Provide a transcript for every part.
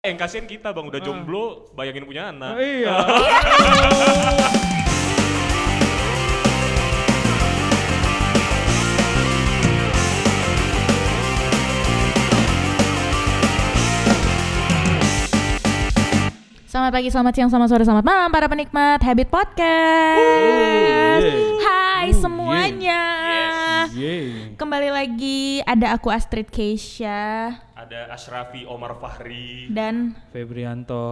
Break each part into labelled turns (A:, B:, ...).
A: Eh, Yang kasihan kita bang, udah jomblo, bayangin punya anak.
B: iya.
C: Selamat pagi, selamat siang, selamat sore, selamat malam para penikmat Habit Podcast. Hai semuanya. Iya.
B: Yeay.
C: Kembali lagi ada aku Astrid Keisha
A: Ada Ashrafi Omar Fahri.
C: dan
B: Febrianto.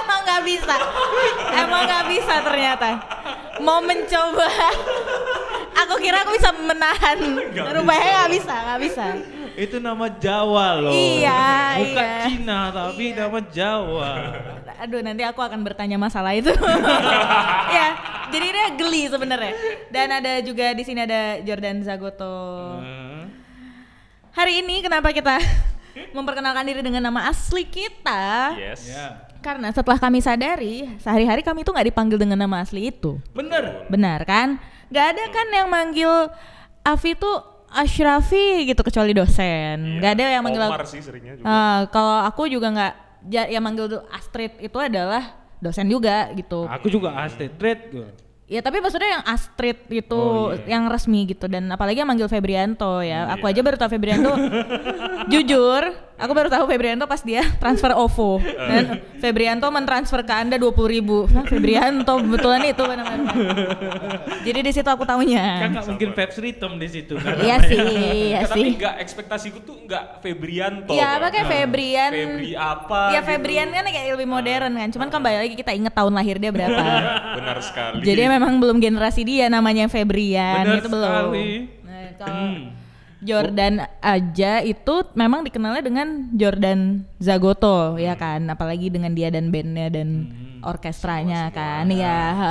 C: emang nggak bisa, emang nggak bisa ternyata. Mau mencoba, aku kira aku bisa menahan, rupanya nggak bisa, nggak bisa.
B: Itu nama Jawa loh.
C: Iya,
B: Bukan
C: iya.
B: Cina tapi nama Jawa.
C: Aduh, nanti aku akan bertanya masalah itu. ya, jadi dia geli sebenarnya. Dan ada juga di sini ada Jordan Zagoto.
B: Hmm.
C: Hari ini kenapa kita memperkenalkan diri dengan nama asli kita?
A: Yes.
B: Ya.
C: Karena setelah kami sadari, sehari-hari kami tuh nggak dipanggil dengan nama asli itu.
B: Bener.
C: Benar kan? Nggak ada
A: Hmm.
C: kan yang manggil Afi tuh Ashrafi gitu kecuali dosen. Nggak ada yang manggil
A: Iya. Omar
C: aku-
A: sih seringnya juga.
C: Eh, kalau aku juga nggak ja- yang manggil Astrid itu adalah dosen juga
A: Ah,
C: gitu.
B: Aku juga Astrid Dread gue.
C: Ya tapi maksudnya yang Astrid itu
B: Oh, iya. Hmm,
C: yang resmi gitu dan apalagi yang manggil Febrianto ya. Aku aja baru tahu Febrianto. jujur, aku baru tahu Febrianto pas dia transfer
B: Eh.
C: OVO dan Febrianto mentransfer ke Anda 20.000 ribu. Hah, Febrianto betulan itu benar-benar. Jadi di situ aku
B: Kan
C: tahunya.
B: nggak mungkin Febs Ritem di situ. kan?
C: Iya sih, iya
A: Tapi
C: sih.
A: nggak ekspektasiku tuh nggak Febrianto.
C: Iya,
A: Bang.
B: Nah,
C: pakai Febrian.
A: Febri apa?
C: Ya
A: gitu.
C: Febrian kan kayak lebih modern kan. Cuman kembali lagi kita inget tahun lahir dia berapa.
A: Benar sekali.
C: Jadi memang belum generasi dia namanya Febrian
B: Benar
C: itu belum.
B: sekali. Hmm.
C: Nah, kalau Jordan aja itu memang dikenalnya dengan Jordan
B: Hmm.
C: Zagoto ya kan, apalagi dengan dia dan bandnya dan orkestranya kan, ya ha.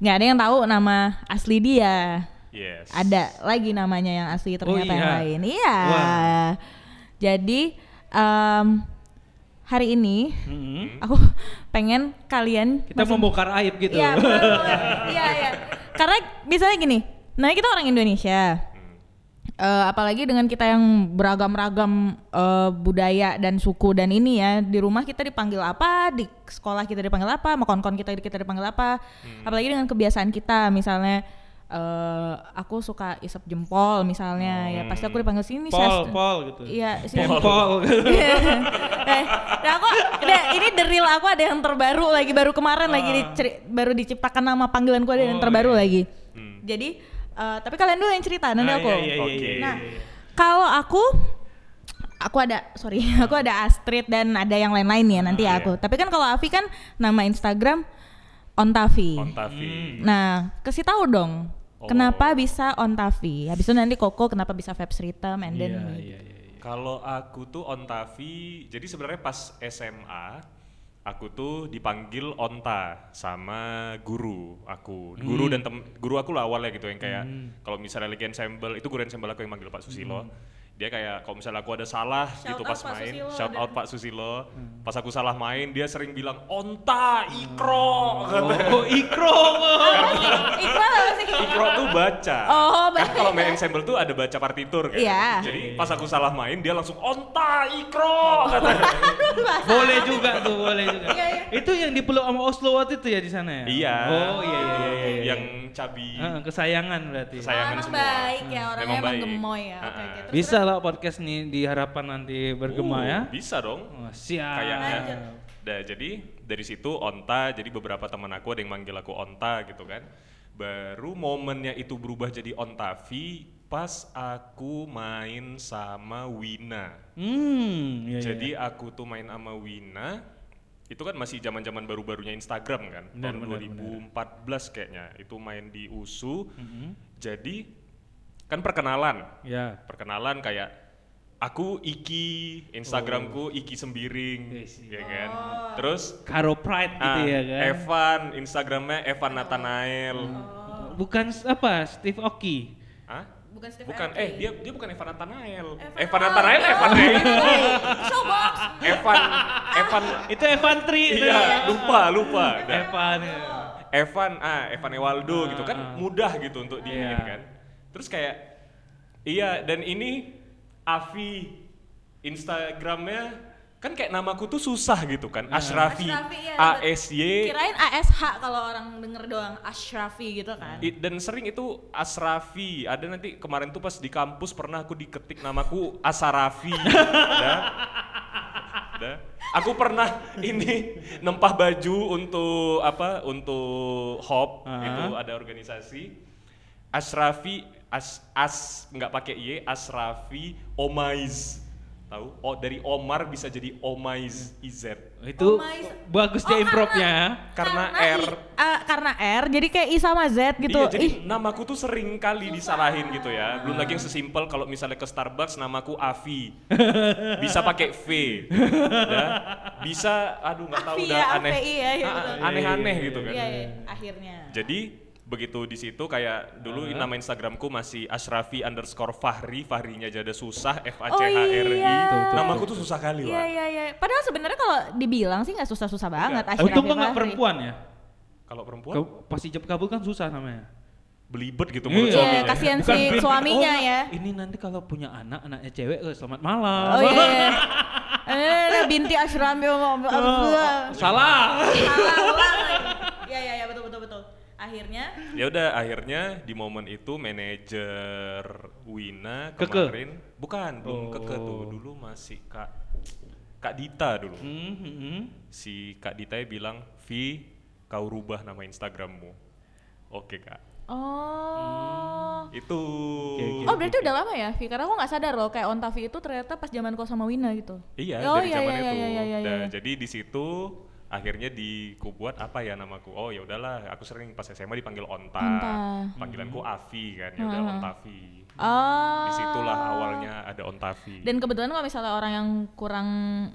C: nggak ada yang tahu nama asli dia.
A: Yes.
C: Ada lagi namanya yang asli ternyata
B: iya.
C: yang lain. Iya.
B: Wah.
C: Jadi em, hari ini
B: Mm-mm.
C: aku pengen kalian
B: Kita membongkar aib gitu.
C: Iya, benar banget. Iya, iya. Karena biasanya gini, nah kita orang Indonesia.
B: Hmm.
C: Eh, apalagi dengan kita yang beragam-ragam eh, budaya dan suku dan ini ya di rumah kita dipanggil apa di sekolah kita dipanggil apa sama konkon kita kita dipanggil apa
B: Hmm.
C: apalagi dengan kebiasaan kita misalnya eh, aku suka isep jempol misalnya ya pasti aku dipanggil sini
B: Hmm. Pol,
C: Syas-
B: pol gitu.
C: iya sini
B: Pol.
C: eh, nah aku, nah, ini the real aku ada yang terbaru lagi baru kemarin lagi diceri- baru diciptakan nama panggilan aku ada
B: Ah.
C: yang
B: Oh,
C: terbaru
B: iya.
C: lagi.
A: Hmm.
C: Jadi eh, tapi kalian dulu yang cerita nanti
B: Ah,
C: aku.
B: iya, iya, iya,
A: Oke.
B: iya,
C: Nah,
B: iya.
C: kalau aku aku ada sorry aku ada Astrid dan ada yang lain-lain ya nanti
A: Ah,
C: ya
B: iya.
C: aku. Tapi kan kalau Avi kan nama Instagram Ontavi.
A: Ontavi.
C: Nah, kasih tahu dong.
A: Oh.
C: Kenapa bisa Ontavi? Habis itu nanti Koko kenapa bisa Vibes Rhythm and then
B: Iya,
C: me.
B: iya, iya.
A: Kalau aku tuh Ontavi, jadi sebenarnya pas SMA aku tuh dipanggil Onta sama guru aku, guru dan tem guru aku lah awalnya gitu yang kayak kalau misalnya lagi ensemble itu guru ensemble aku yang manggil Pak Susilo. Dia kayak kalau misalnya aku ada salah
C: Shout
A: gitu
C: out
A: pas
C: Pak
A: main,
C: Susilo
A: shout
C: dan-
A: out Pak Susilo. Pas aku salah main dia sering bilang Onta Ikro.
B: Oh, ikro.
C: Apa sih? Iqbal apa sih?
A: Ikro tuh baca.
C: Oh,
A: Kan
C: baca.
A: kalau main ensemble tuh ada baca partitur kan.
C: Iya.
A: Jadi pas aku salah main dia langsung onta
C: Oh.
A: ikro katanya.
C: Aduh, bahasa
B: boleh juga tuh, boleh juga.
C: Iya, iya.
B: Itu yang dipeluk sama Oslo waktu itu ya di sana ya?
A: Iya.
B: Oh, iya iya iya. iya, iya.
A: Yang cabi
B: Ah, kesayangan berarti. ya.
A: Kesayangan. Sayangan
C: emang
A: semua. Hmm,
C: baik ya orangnya
A: Memang
C: emang,
A: baik.
C: gemoy ya. Oke,
A: Ah,
C: oke.
A: ah.
C: Terus-
B: Bisa lah podcast ini diharapkan nanti bergema
A: Uh,
B: ya.
A: Bisa dong.
B: Oh, siap.
A: Kayaknya.
C: Lanjut.
A: Nah, jadi dari situ onta, jadi beberapa teman aku ada yang manggil aku onta gitu kan. Baru momennya itu berubah jadi ontavi pas aku main sama Wina.
B: Hmm, iya, iya.
A: Jadi aku tuh main sama Wina, itu kan masih zaman-zaman baru-barunya Instagram kan,
B: Benar,
A: tahun
B: benar,
A: 2014 kayaknya. Itu main di USU.
B: Mm-hmm.
A: Jadi kan perkenalan,
B: ya.
A: perkenalan kayak aku Iki,
B: Oh.
A: Instagramku Iki Sembiring,
B: Yes,
A: ya kan. Terus
B: Karo Pride gitu
A: ah,
B: ya kan.
A: Evan, Instagramnya Evan Oh. Nathanael.
B: Bukan s- apa? Steve Oki.
A: Hah?
C: bukan Steve
A: Bukan,
C: Aoki.
A: eh dia dia bukan Evan Nathanael. Evan Nathanael, Evan
C: Showbox.
A: Evan Evan
B: Itu Evan Tri. itu.
A: Iya, lupa, lupa. Nah,
B: Evan. ya.
A: Evan ah Evan Ewaldo gitu kan mudah gitu untuk diinin
B: Iya.
A: kan Terus kayak iya dan ini Avi Instagramnya kan kayak namaku tuh susah gitu kan Ashrafi,
C: Ashrafi, iya,
A: A
C: dapet.
A: S Y
C: Kirain ASH kalau orang denger doang Ashrafi gitu kan.
A: I- dan sering itu Asrafi ada nanti kemarin tuh pas di kampus pernah aku diketik namaku Asarafi ada ada aku pernah ini nempah baju untuk apa untuk hop
B: Ah.
A: itu ada organisasi Asrafi as as nggak pakai y Asrafi Omais tahu oh dari Omar bisa jadi Omais iz
B: Itu
C: Oh my-
B: bagus dia
C: Oh,
B: improvnya.
A: Karena R.
C: I- ah, karena R jadi kayak I sama Z gitu.
A: Iya, jadi
C: Ih,
A: namaku tuh sering kali disalahin gitu ya. Belum lagi yang sesimpel kalau misalnya ke Starbucks namaku Avi. Bisa pakai V. ya. Bisa aduh nggak tahu
C: Avi
A: udah
C: ya,
A: aneh.
C: AVI ya, iya,
A: Ah,
C: betul.
A: Aneh-aneh
B: Iya,
A: gitu kan.
C: iya, iya, akhirnya.
A: Jadi begitu di situ kayak dulu
C: Uh-huh.
A: nama Instagramku masih Ashrafi underscore Fahri, Fahrinya aja ada susah F A C H R
C: Oh,
A: I.
C: iya. Betul,
B: betul,
A: Namaku
B: betul.
A: tuh susah kali,
C: Iya
A: Wak.
C: iya iya. Padahal sebenarnya kalau dibilang sih nggak susah-susah banget.
A: Nggak.
C: Ashrafi
B: Untung kok nggak
C: Fahri.
B: perempuan ya.
A: Kalau perempuan
B: Kau- Pas ijab kabul kan susah namanya.
A: belibet gitu mulut
C: Iya,
A: suaminya.
C: kasihan
B: Bukan
C: si
B: bin-
C: suaminya
B: oh,
C: ya.
B: Ini nanti kalau punya anak, anaknya cewek, eh, selamat malam.
C: Oh iya. iya. Eh, binti Ashrafi mau
B: Salah.
C: salah ulang lagi. Iya iya iya betul betul betul. Akhirnya
A: ya udah akhirnya di momen itu manajer Wina
B: Keke?
A: kemarin bukan belum
B: Oh.
A: keke tuh dulu masih kak kak Dita dulu
B: Hmm, hmm, hmm.
A: si kak Dita ya bilang Vi kau rubah nama Instagrammu oke kak
C: oh.
A: itu
B: Oke, oke.
C: Oh berarti udah lama ya, Vi? Karena aku nggak sadar loh, kayak on Tavi itu ternyata pas zaman kau sama Wina gitu.
A: iya
C: oh,
A: dari
C: iya,
A: zaman
C: iya,
A: itu
C: Iya, iya, iya,
A: Nah,
C: iya.
A: jadi di situ akhirnya di kubuat apa ya namaku oh ya udahlah aku sering pas SMA dipanggil Onta,
C: Onta.
A: panggilanku Avi kan ya udah
C: Hmm.
A: Ontavi
C: Oh.
A: disitulah awalnya ada Ontavi
C: Dan kebetulan kalau misalnya orang yang kurang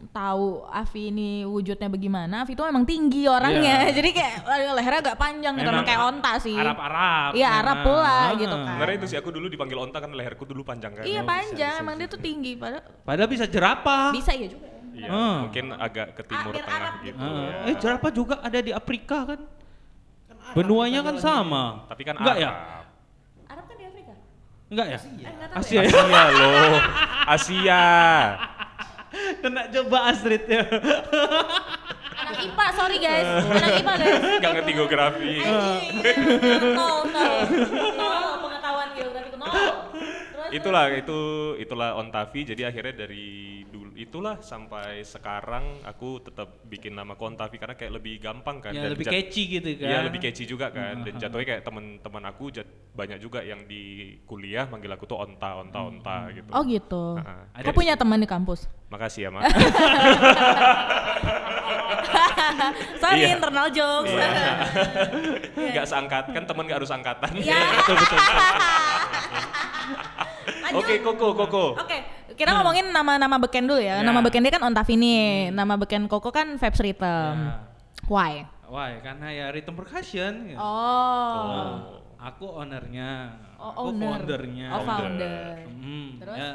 C: tahu Avi ini wujudnya bagaimana, Avi itu memang tinggi orangnya.
B: Iya.
C: Jadi kayak aduh, lehernya agak panjang gitu,
B: Memang
C: emang kayak onta sih.
B: Arab-Arab.
C: Iya, Arab
B: memang.
C: pula
B: Ah.
C: gitu kan.
A: Sebenarnya itu sih aku dulu dipanggil onta kan leherku dulu panjang kan.
B: Oh,
C: Iya
B: bisa,
C: panjang,
B: bisa,
C: emang
B: bisa.
C: dia tuh tinggi. Padahal
B: Padahal bisa jerapah.
C: bisa ya juga.
A: Iya,
B: Hmm.
A: mungkin agak ke timur
C: biar
A: tengah
C: Arab
A: gitu.
B: Ah.
A: ya.
B: Eh jerapah juga ada di Afrika kan? Benuanya kan sama.
A: Tapi kan
B: enggak ya?
A: Arab.
C: Arab kan di Afrika.
B: Enggak ya?
C: Eh, nggak tahu
B: Asia.
C: ya.
A: Asia loh. Asia.
B: Kena coba Astrid ya.
C: Anak IPA, sorry guys. Anak IPA guys.
A: Gak ngerti geografi.
C: nol, nol, nol pengetahuan geografiku nol. Terus
A: Itulah itu itulah Ontavi. Jadi akhirnya dari dulu itulah sampai sekarang aku tetap bikin nama Ontavi karena kayak lebih gampang kan.
B: Ya
A: Dan
B: lebih
A: jat-
B: catchy gitu kan. Hmm.
A: Iya lebih catchy juga kan dan jatuhnya kayak teman-teman aku jat- banyak juga yang di kuliah manggil aku tuh onta onta onta gitu.
C: Oh gitu.
A: Heeh.
C: Kau punya teman di kampus?
A: Makasih ya Mak.
C: Sorry,
A: Iya.
C: internal jokes.
A: Iya.
C: Iya.
A: Nggak seangkat kan teman nggak harus angkatan.
C: Ya. Lanjut.
A: Oke Koko Iya. Koko.
C: Oke, kita ngomongin nama-nama beken dulu ya.
B: Ya.
C: Nama beken dia kan Ontavi
A: Hmm.
C: nih. Nama beken Koko kan Vibes Rhythm.
A: Iya.
B: Ya.
C: Why?
B: Wah, ya karena ya rhythm percussion. ya.
C: Oh.
B: Ah, aku ownernya.
C: Oh,
B: aku
C: owner.
B: foundernya.
C: Oh,
A: Founder.
C: founder.
B: Hmm,
C: Terus?
B: ya,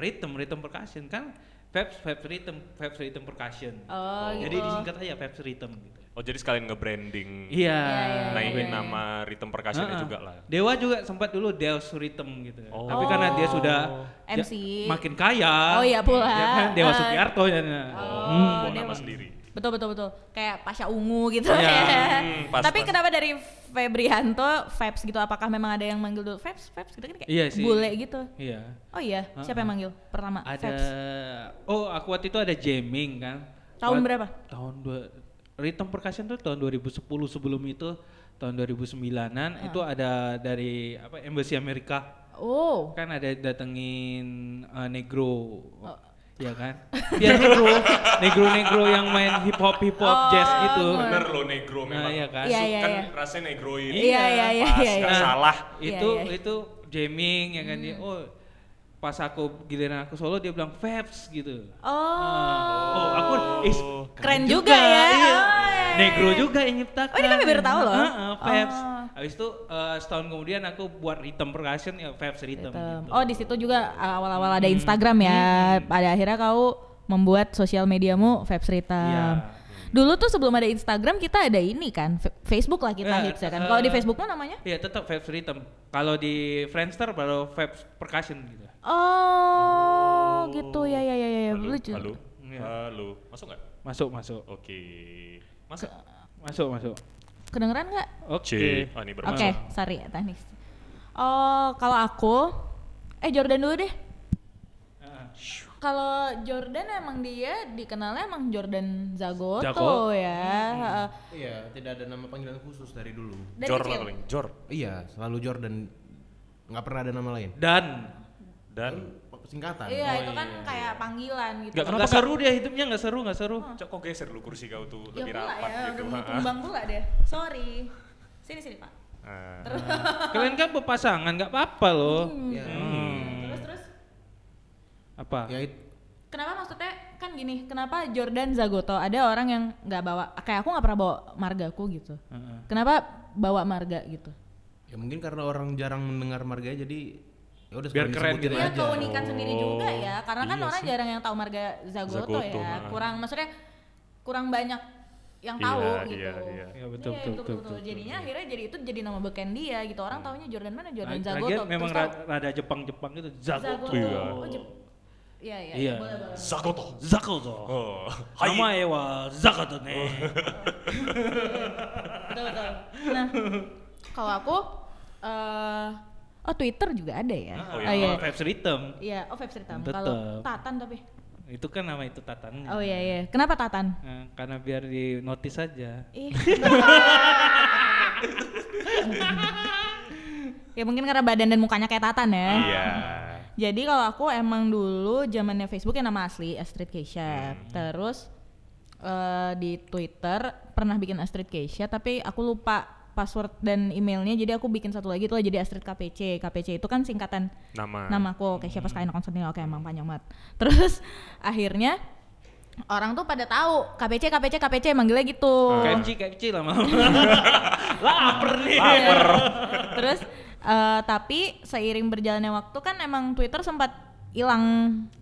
B: rhythm, rhythm percussion kan Fabs, Fabs rhythm, Fabs rhythm percussion.
C: Oh,
B: Jadi
C: gitu.
B: disingkat aja Fabs rhythm gitu.
A: Oh jadi sekalian nge-branding.
B: Iya.
C: iya, iya,
A: Naikin
C: iya.
A: nama rhythm percussionnya
B: Ah,
A: juga lah.
B: Dewa juga sempat dulu Deus Rhythm gitu.
A: Oh.
B: Tapi karena dia sudah ja-
C: MC.
B: makin kaya.
C: Oh, iya pula.
B: ya kan, Dewa
C: Ah.
B: Sugiarto ya.
A: Oh, bawa
C: dia
A: nama
C: mah-
A: sendiri.
C: Betul betul betul. Kayak Pasha Ungu gitu
B: Iya.
C: ya.
A: Hmm, pas, pas.
C: Tapi kenapa dari Febrianto Vibes gitu apakah memang ada yang manggil dulu Vibes Vibes gitu kan kayak
B: Iya sih.
C: bule gitu.
B: Iya.
C: Oh iya, siapa yang manggil pertama?
B: Ada
C: Febs.
B: oh aku waktu itu ada jamming kan.
C: Tahun
B: Wak-
C: berapa?
B: Tahun dua Rhythm Percussion tuh tahun 2010 sebelum itu tahun 2009-an
C: Ah.
B: itu ada dari apa Embassy Amerika.
C: Oh.
B: kan ada datengin eh, negro ya kan biar negro negro negro yang main hip hop hip hop
C: Oh,
B: jazz gitu
A: Bener loh negro
B: nah
A: memang.
B: ya kan
C: Iya,
A: Su-
C: iya,
A: kan
C: iya.
A: rasanya negroin.
C: Iya iya iya
A: Pas,
C: iya.
A: nggak
C: iya.
A: salah.
C: Iya,
B: itu
C: iya. Hmm.
B: itu jamming ya kan dia oh pas aku giliran aku solo dia bilang Fabs gitu
C: Oh.
B: oh aku is
C: Keren juga ya.
B: iya.
C: Oh, iya, iya,
B: negro
C: iya.
B: juga yang nyiptakan
C: Oh, ini kami baru tahu loh.
B: Heeh, Fabs
C: Oh.
B: habis itu eh, setahun kemudian aku buat rhythm percussion ya Fabs rhythm,
C: Tem.
B: gitu.
C: Oh di situ juga uh, awal-awal
B: Hmm.
C: ada Instagram ya. Pada akhirnya kau membuat sosial mediamu Vibes Rhythm.
B: Iya.
C: Dulu tuh sebelum ada Instagram kita ada ini kan, F- Facebook lah kita
B: Eh,
C: hits ya kan. Kalau di
B: eh,
C: Facebook mah namanya?
B: Iya tetap Vapes Rhythm. Kalau di Friendster baru Vapes Percussion gitu.
C: Oh, gitu ya ya ya ya ya.
A: Halo,
C: Lucu.
A: halo,
B: Iya.
A: halo. Masuk nggak?
B: Masuk masuk
A: Oke. Masuk.
B: masuk masuk.
C: Kedengeran nggak?
A: C.
B: Oke.
A: Oh, ini
C: Oke,
A: bermasuk.
C: sorry ya teknis. Oh, kalau aku eh Jordan dulu deh. Kalau Jordan emang dia dikenalnya emang Jordan Zagoto
B: Zago.
C: ya. heeh.
D: Iya, tidak ada nama panggilan khusus dari dulu.
C: Dari
A: Jor lah
C: kecil.
A: paling. Jor.
D: Iya, selalu Jordan. Nggak pernah ada nama lain.
B: Dan
A: Dan
D: Singkatan.
C: Iya, itu kan kayak panggilan gitu.
A: Nggak
B: nggak seru dia hidupnya nggak seru nggak seru.
A: Cok kok geser lu kursi kau tuh
C: ya
A: lebih
C: pula
A: rapat
C: ya,
A: gitu.
C: udah mau
A: Ha-ha.
C: tumbang pula deh. Sorry. Sini sini, Pak.
A: Ah.
B: Kalian kan berpasangan nggak apa-apa loh.
C: Hmm.
D: Iya.
B: Hmm.
C: Terus terus
D: Ya,
B: Apa?
D: it-
C: Kenapa maksudnya kan gini, kenapa Jordan Zagoto ada orang yang nggak bawa, kayak aku nggak pernah bawa margaku gitu.
B: Heeh.
C: Kenapa bawa marga gitu?
D: ya mungkin karena orang jarang mendengar marga jadi ya udah
B: Biar
D: sekali
B: keren
D: disebutin
B: gitu.
C: Iya
D: aja.
C: keunikan sendiri juga ya, karena kan
A: iya
C: orang
A: sih.
C: jarang yang tahu marga Zagoto,
A: Zagoto,
C: ya,
A: nah.
C: kurang maksudnya kurang banyak yang
A: Iya,
C: tahu
A: iya,
C: gitu.
A: iya.
B: Iya, betul, betul, betul, betul, betul.
C: Jadinya akhirnya jadi itu jadi nama beken dia gitu.
A: Iya.
C: Orang taunya Jordan mana Jordan
B: Lagi-
C: Zagoto.
B: lagian
C: terus
B: memang
C: tau
B: ra- rada Jepang-Jepang itu Zagoto.
C: Zagoto.
A: Iya.
C: Oh, Jep- Iya, iya,
B: Iya.
C: boleh, boleh.
A: Zakoto.
B: Zagoto.
A: Oh. Hai. Oh,
B: Nama ya, ewa Zagoto ne.
C: Betul, betul. Nah, kalau aku eh oh Twitter juga ada ya.
B: Oh,
A: iya.
B: iya.
C: iya.
B: Vapes Rhythm
C: Iya, oh Feb Sritam.
B: Tetep.
C: Kalau Tatan tapi.
B: itu kan nama itu tatannya.
C: Oh iya iya. Kenapa Tatan?
B: Nah, karena biar di notice aja.
C: Ih. ya mungkin karena badan dan mukanya kayak Tatan ya.
A: Iya.
C: Jadi kalau aku emang dulu zamannya Facebook yang nama asli Astrid Keisha. Terus eh, di Twitter pernah bikin Astrid Keisha tapi aku lupa password dan emailnya jadi aku bikin satu lagi itu jadi Astrid KPC. KPC itu kan singkatan
A: Nama.
C: nama aku kayak siapa Pascaina Konstantina oke emang panjang banget terus akhirnya orang tuh pada tahu KPC KPC KPC manggilnya gitu
B: Kayak kecil kayak kecil lama-lama. Laper nih.
C: Iya. terus eh, tapi seiring berjalannya waktu kan emang Twitter sempat hilang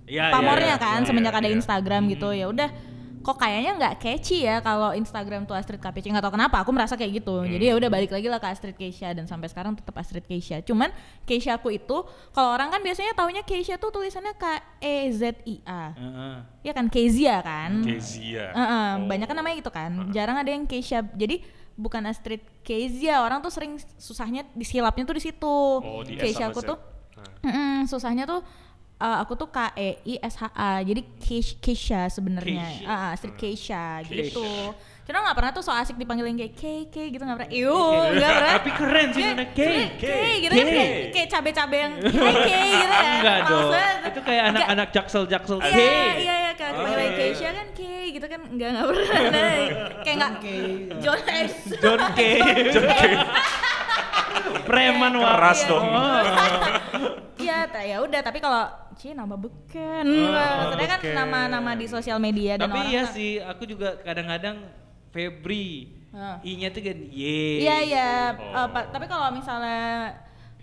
B: Iya,
C: pamornya
A: iya,
C: kan
A: iya,
C: semenjak
A: iya,
C: ada
A: iya.
C: Instagram gitu ya udah kok kayaknya nggak catchy ya kalau Instagram tuh Astrid KPC nggak tahu kenapa aku merasa kayak gitu
A: Hmm.
C: jadi ya udah balik lagi lah ke Astrid Keisha dan sampai sekarang tetap Astrid Keisha cuman Keisha aku itu kalau orang kan biasanya taunya Keisha tuh tulisannya K E Z I A
B: Heeh.
C: ya kan Kezia kan
A: Hmm.
B: Iya.
A: Kezia.
C: Heeh,
A: Oh.
C: banyak kan namanya gitu kan. Jarang ada yang Keisha. Jadi bukan Astrid Kezia. Orang tuh sering susahnya disilapnya tuh di situ.
A: Oh, di S
C: Keisha
A: sama
C: aku
A: Z.
C: tuh
B: ya?
A: Nah.
C: mm-mm, susahnya tuh eh, aku tuh K E I S H A. Jadi Keish- Keisha sebenarnya.
B: Keisha.
C: Ah, ah,
B: Hmm.
C: Astrid Keisha
A: Keisha.
C: gitu. Cuma nggak pernah tuh so asik dipanggilin kayak K K gitu nggak pernah. Iu, nggak pernah.
B: Tapi keren sih
C: Iya,
B: namanya K.
C: sebenarnya K,
B: K.
C: gitu kan kayak, kayak cabe-cabe yang "Hai, K gitu kan.
B: Enggak
C: Males
B: dong.
C: banget.
B: Itu kayak
C: Nggak-
B: anak-anak jaksel-jaksel. K.
C: Iya, iya, iya, kayak
A: Oh,
C: panggilan
A: iya, iya.
C: Keisha kan K gitu kan enggak enggak pernah. ada. kayak enggak John S.
B: John K.
C: John K.
B: Preman
A: Keras
B: waras
A: dong.
B: Oh.
C: Iya, ta- ya udah tapi kalau Cie nama beken.
B: nama
C: Maksudnya kan
A: beken.
C: nama-nama di sosial media dan
B: Oh, Tapi
C: orang
B: iya
C: kan-
B: sih, aku juga kadang-kadang Febri.
C: Heeh.
B: I-nya tuh kan Y.
C: Iya, iya.
A: Oh.
C: Eh, pa- tapi kalau misalnya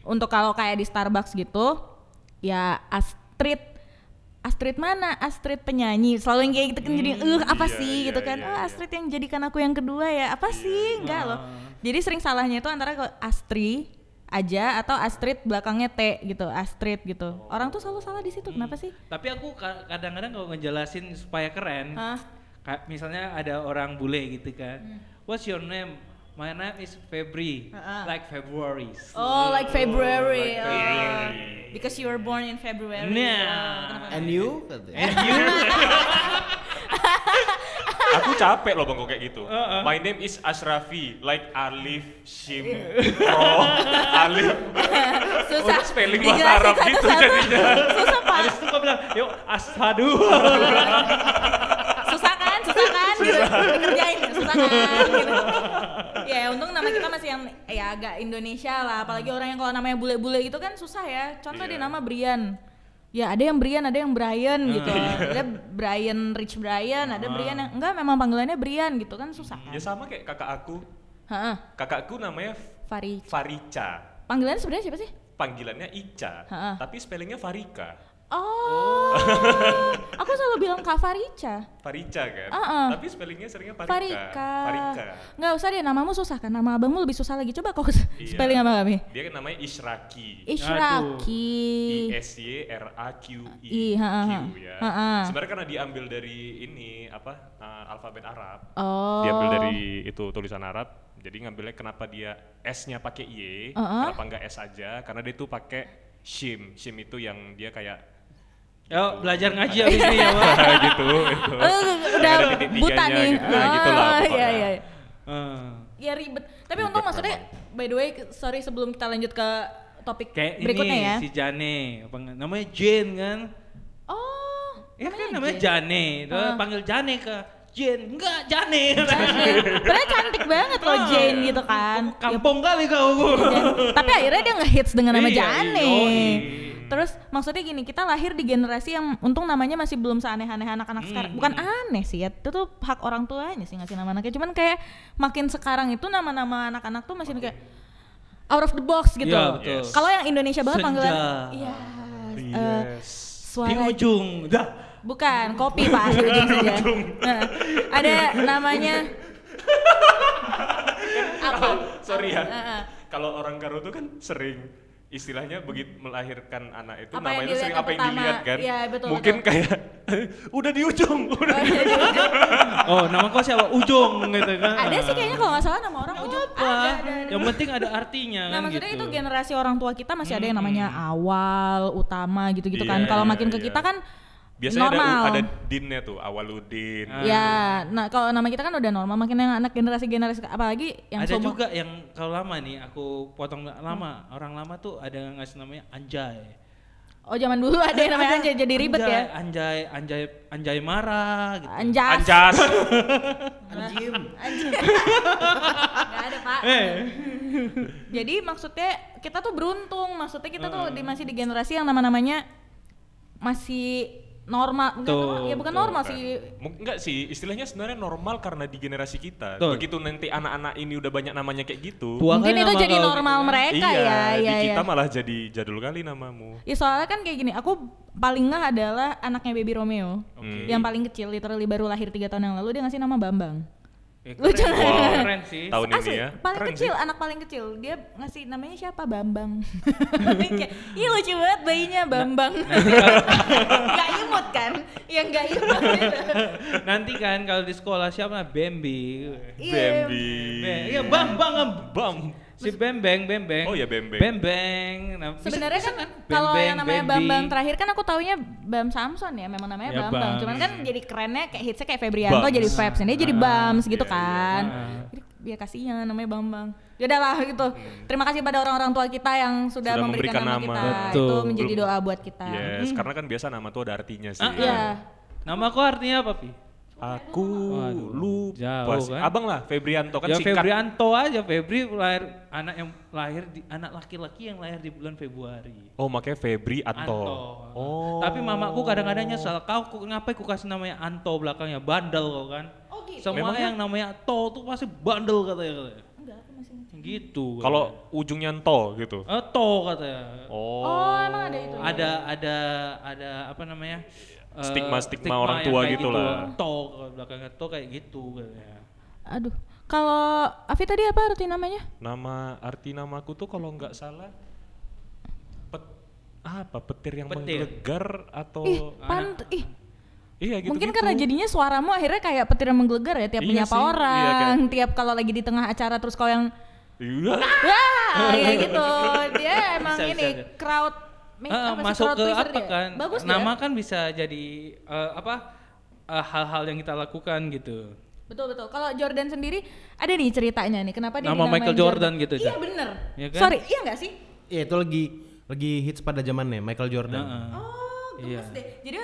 C: untuk kalau kayak di Starbucks gitu, ya Astrid Astrid mana? Astrid penyanyi. Selalu yang kayak gitu kan jadi eh apa
A: iya,
C: sih gitu
A: iya,
C: kan.
A: iya,
C: oh,
A: iya.
C: Astrid yang jadikan aku yang kedua ya. Apa sih? Enggak loh. Jadi sering salahnya itu antara ke Astri aja atau Astrid belakangnya T gitu, Astrid gitu. Orang tuh selalu salah di situ. Kenapa sih?
B: Tapi aku ka- kadang-kadang kalau ngejelasin supaya keren,
C: Hah? Hmm.
B: Ka- misalnya ada orang bule gitu kan. What's your name? My name is Febri.
C: Heeh.
B: Like February's.
C: Oh, like February.
B: like
C: Oh,
B: February.
C: because you were born in February.
B: Nah.
C: Oh, kenapa?
D: And you? Katanya.
B: And you?
A: Aku capek loh bang kok kayak gitu. My name is Ashrafi, like Alif Shim Ro Alif.
C: susah
A: Udah spelling bahasa
C: dijelasin
A: Arab gitu
C: satu-satu.
A: jadinya.
C: susah pak
B: Habis itu kau bilang, yuk ashadu.
C: susah kan susah kan gitu. dikerjain susah kan gitu. ya untung nama kita masih yang ya agak Indonesia lah apalagi orang yang kalau namanya bule-bule gitu kan susah ya contoh
A: Iya. Ah,
C: di nama Brian ya ada yang Brian ada yang Brian gitu
A: iya.
C: ada Brian Rich Brian ada Brian yang enggak memang panggilannya Brian gitu kan susah kan
A: Ya sama kayak kakak aku.
C: Heeh,
A: Kakakku namanya F-
C: Fari
A: Farica.
C: panggilannya sebenarnya siapa sih
A: Panggilannya Ica,
C: Ha-ha.
A: tapi spellingnya Farika.
C: oh Oh. aku selalu bilang Kak Farica.
A: Parica kan?
C: Uh-uh.
A: Tapi spellingnya seringnya Parika.
C: Farika.
A: Parika.
C: Nggak usah deh, namamu susah kan. Nama abangmu lebih susah lagi. Coba kau
A: Iya.
C: spelling apa kami?
A: Dia kan namanya Ishraki. I
C: Ishraki.
A: S Y R A Q I,
C: I, ha, ha,
A: Q
C: ha.
A: ya.
C: Ha, ha.
A: Sebenarnya karena diambil dari ini apa uh, alfabet Arab.
C: Oh.
A: Diambil dari itu tulisan Arab. Jadi ngambilnya kenapa dia S-nya pakai Y,
C: Uh-uh.
A: kenapa nggak S aja? Karena dia tuh pakai shim. Shim itu yang dia kayak
B: Yo, belajar ngaji abis ini ya, Wak.
A: gitu. gitu.
C: Eh, udah
A: Ada titik-tiganya
C: buta nih.
A: Gitu. Nah, gitu lah
C: Ah,
A: pokoknya.
C: iya, iya.
B: Eh,
C: Ya ribet. Tapi
A: Ribet
C: untung maksudnya by the way ke- sorry sebelum kita lanjut ke topik
B: Kayak
C: berikutnya
B: ini
C: ya.
B: si Jane, apa nggak- namanya Jane kan?
C: Oh.
B: Ya kan namanya Jane, Dia
C: Ah.
B: panggil Jane ke Jane, enggak Jane.
C: Jane. Padahal cantik banget loh Jane gitu kan. Ya,
B: Kampung kali kau.
C: Jane. Tapi akhirnya dia ngehits dengan nama
B: Iya,
C: Jane.
B: yoi.
C: Terus maksudnya gini, kita lahir di generasi yang untung namanya masih belum seaneh-aneh anak-anak sekarang.
B: Hmm.
C: Bukan aneh sih ya, itu tuh hak orang tuanya sih ngasih nama anaknya. Cuman kayak makin sekarang itu nama-nama anak-anak tuh masih kayak out of the box gitu.
B: Iya, betul. Yes.
C: Kalau yang Indonesia banget
B: Senja.
C: panggilan iya eh, suara
B: Di ujung, dah.
C: bukan kopi Pak di ujung saja. Nah, ada namanya apa?
A: Sorry ya.
C: Heeh.
A: Kalau orang Karo tuh kan sering istilahnya begitu melahirkan anak itu
C: Apa yang
A: namanya
C: dilihat
A: sering
C: yang
A: apa yang
C: pertama.
A: dilihat kan?
C: Iya, betul,
A: Mungkin
C: betul.
A: kayak udah di ujung, udah
C: iya,
A: di ujung.
B: Oh, nama kau siapa? Ujung gitu kan.
C: ada sih kayaknya kalau nggak salah nama orang ujung
B: apa?
C: ada, ada, ada.
B: Yang penting ada artinya
C: Nah,
B: kan
C: maksudnya
B: gitu.
C: itu generasi orang tua kita masih ada yang namanya awal, utama gitu-gitu kan.
A: Iya,
C: Kalau makin ke
A: iya.
C: kita kan
A: Biasanya ada,
C: normal.
A: ada dinnya tuh, awaludin.
B: Ah.
C: Ya, nah kalau nama kita kan udah normal, makin yang anak generasi-generasi apalagi yang Hmm.
B: ada
C: seumur-
B: juga yang kalau lama nih aku potong lama orang lama tuh ada yang ngasih namanya anjay
C: Oh, zaman dulu ada yang namanya Anjay jadi ribet
B: anjay,
C: ya.
B: anjay anjay anjay marah gitu
C: Anjas.
A: Anjas.
D: Anjim.
C: Anjay. Nggak ada, Pak.
B: eh
C: Jadi maksudnya kita tuh beruntung, maksudnya kita tuh di, masih di generasi yang nama-namanya masih normal. Bukan
B: Tuh,
C: normal- ya bukan
B: tuh,
C: normal
A: Bukan.
C: sih.
A: Mung- Enggak sih, istilahnya sebenarnya normal karena di generasi kita.
B: Betul.
A: Begitu nanti anak-anak ini udah banyak namanya kayak gitu.
B: Buang
C: Mungkin
B: aja
C: itu
B: nama
C: jadi
B: kau,
C: normal
B: gitu kan.
C: mereka ya.
A: Iya, di
C: ya,
A: kita
C: ya.
A: malah jadi jadul kali namamu.
C: Ya soalnya kan kayak gini, aku paling ngeh adalah anaknya Baby Romeo.
A: Oke.
C: Yang paling kecil, literally baru lahir tiga tahun yang lalu dia ngasih nama Bambang.
B: Eh,
C: Lu
B: keren.
C: jangan-
B: Wow,
A: Wow.
B: keren sih
A: Tahun ini
C: Asli,
A: ya.
C: paling
A: Keren
C: kecil,
A: sih.
C: anak paling kecil. Dia ngasih namanya siapa? Bambang. Kayak, Ih lucu banget bayinya
A: Nah,
C: Bambang. gak imut kan? Yang gak imut. gitu.
B: nanti kan kalau di sekolah siapa Bambi
C: Iya.
A: Bambi.
B: Be- ya bang bang Bang.
A: Bam.
B: si bembeng bembeng
A: Oh, ya, Bembeng.
B: bembeng Nah, bisa-
C: Sebenarnya
B: bisa
C: kan kalau
B: Bembeng,
C: yang namanya
B: Bambi.
C: Bambang terakhir kan aku taunya Bam Samson ya, memang namanya
B: Ya, Bam.
C: Bambang. Cuman kan jadi kerennya kayak hitsnya kayak Febrianto
A: Bams.
C: jadi Febs, ini jadi Bams gitu
A: iya,
C: kan.
B: iya.
C: Jadi ya kasihan namanya Bambang. Ya udahlah gitu.
B: Hmm.
C: Terima kasih pada orang-orang tua kita yang sudah,
A: Sudah
C: memberikan,
A: memberikan
C: nama,
A: nama.
C: kita. Itu
B: Betul. Iya.
C: menjadi
A: Belum-
C: doa buat kita.
A: Yes, karena kan biasa nama tuh ada artinya sih.
B: Ah,
A: ya.
C: Iya.
B: nama kau artinya apa pi
A: Aku
B: Waduh,
A: lupa sih.
B: jauh kan?
A: Abang lah, Febrianto kan
B: ya
A: singkat.
B: Febri Anto aja Febri lahir anak yang lahir di anak laki-laki yang lahir di bulan Februari.
A: Oh, makanya Febri Anto. Oh.
B: Tapi mamaku kadang-kadang nyesal kau ku, ngapain ku kasih namanya Anto belakangnya bandel kau kan.
C: Oh gitu.
B: Semua
A: Memangnya?
B: yang namanya To tuh pasti bandel katanya. katanya.
C: Enggak, aku masih ingat.
B: Gitu.
A: Kalau ujungnya Anto gitu.
B: katanya. Eh, To katanya.
A: Oh.
C: Oh, emang ada itu. ya?
B: Ada ada ada apa namanya? eh,
A: Stigma-stigma orang
B: yang
A: tua
B: kayak
A: gitu lah.
B: To belakangnya To kayak gitu katanya.
C: Aduh. Kalau Afi tadi apa arti namanya?
A: Nama arti namaku tuh kalau nggak salah pet apa petir yang
B: Petir.
A: menggelegar atau
B: Oh,
C: ih, pant ih.
A: iya gitu.
C: Mungkin karena jadinya suaramu akhirnya kayak petir yang menggelegar ya tiap
A: Iya
C: menyapa
A: sih, iya
C: orang, tiap kalau lagi di tengah acara terus kau yang
A: Iya.
C: wah ya gitu. Dia emang
B: Bisa, bisa,
C: ini
B: bisa.
C: crowd make-
B: Eh,
C: apa sih,
B: masuk
C: crowd
B: ke
C: pleaser
B: apa
C: dia.
B: kan?
C: Bagus
B: Nama
C: dia.
B: kan bisa jadi eh, apa eh, hal-hal yang kita lakukan gitu.
C: Betul betul. Kalau Jordan sendiri ada nih ceritanya nih kenapa dia
B: Nama
C: dinamain
B: Michael Jordan gitu,
C: Iya
B: Cak.
C: bener.
B: Iya kan?
C: Sorry, iya nggak sih?
D: Ya itu lagi lagi hits pada zamannya Michael Jordan.
B: Heeh.
C: Oh,
B: Iya.
C: gemes deh. Jadi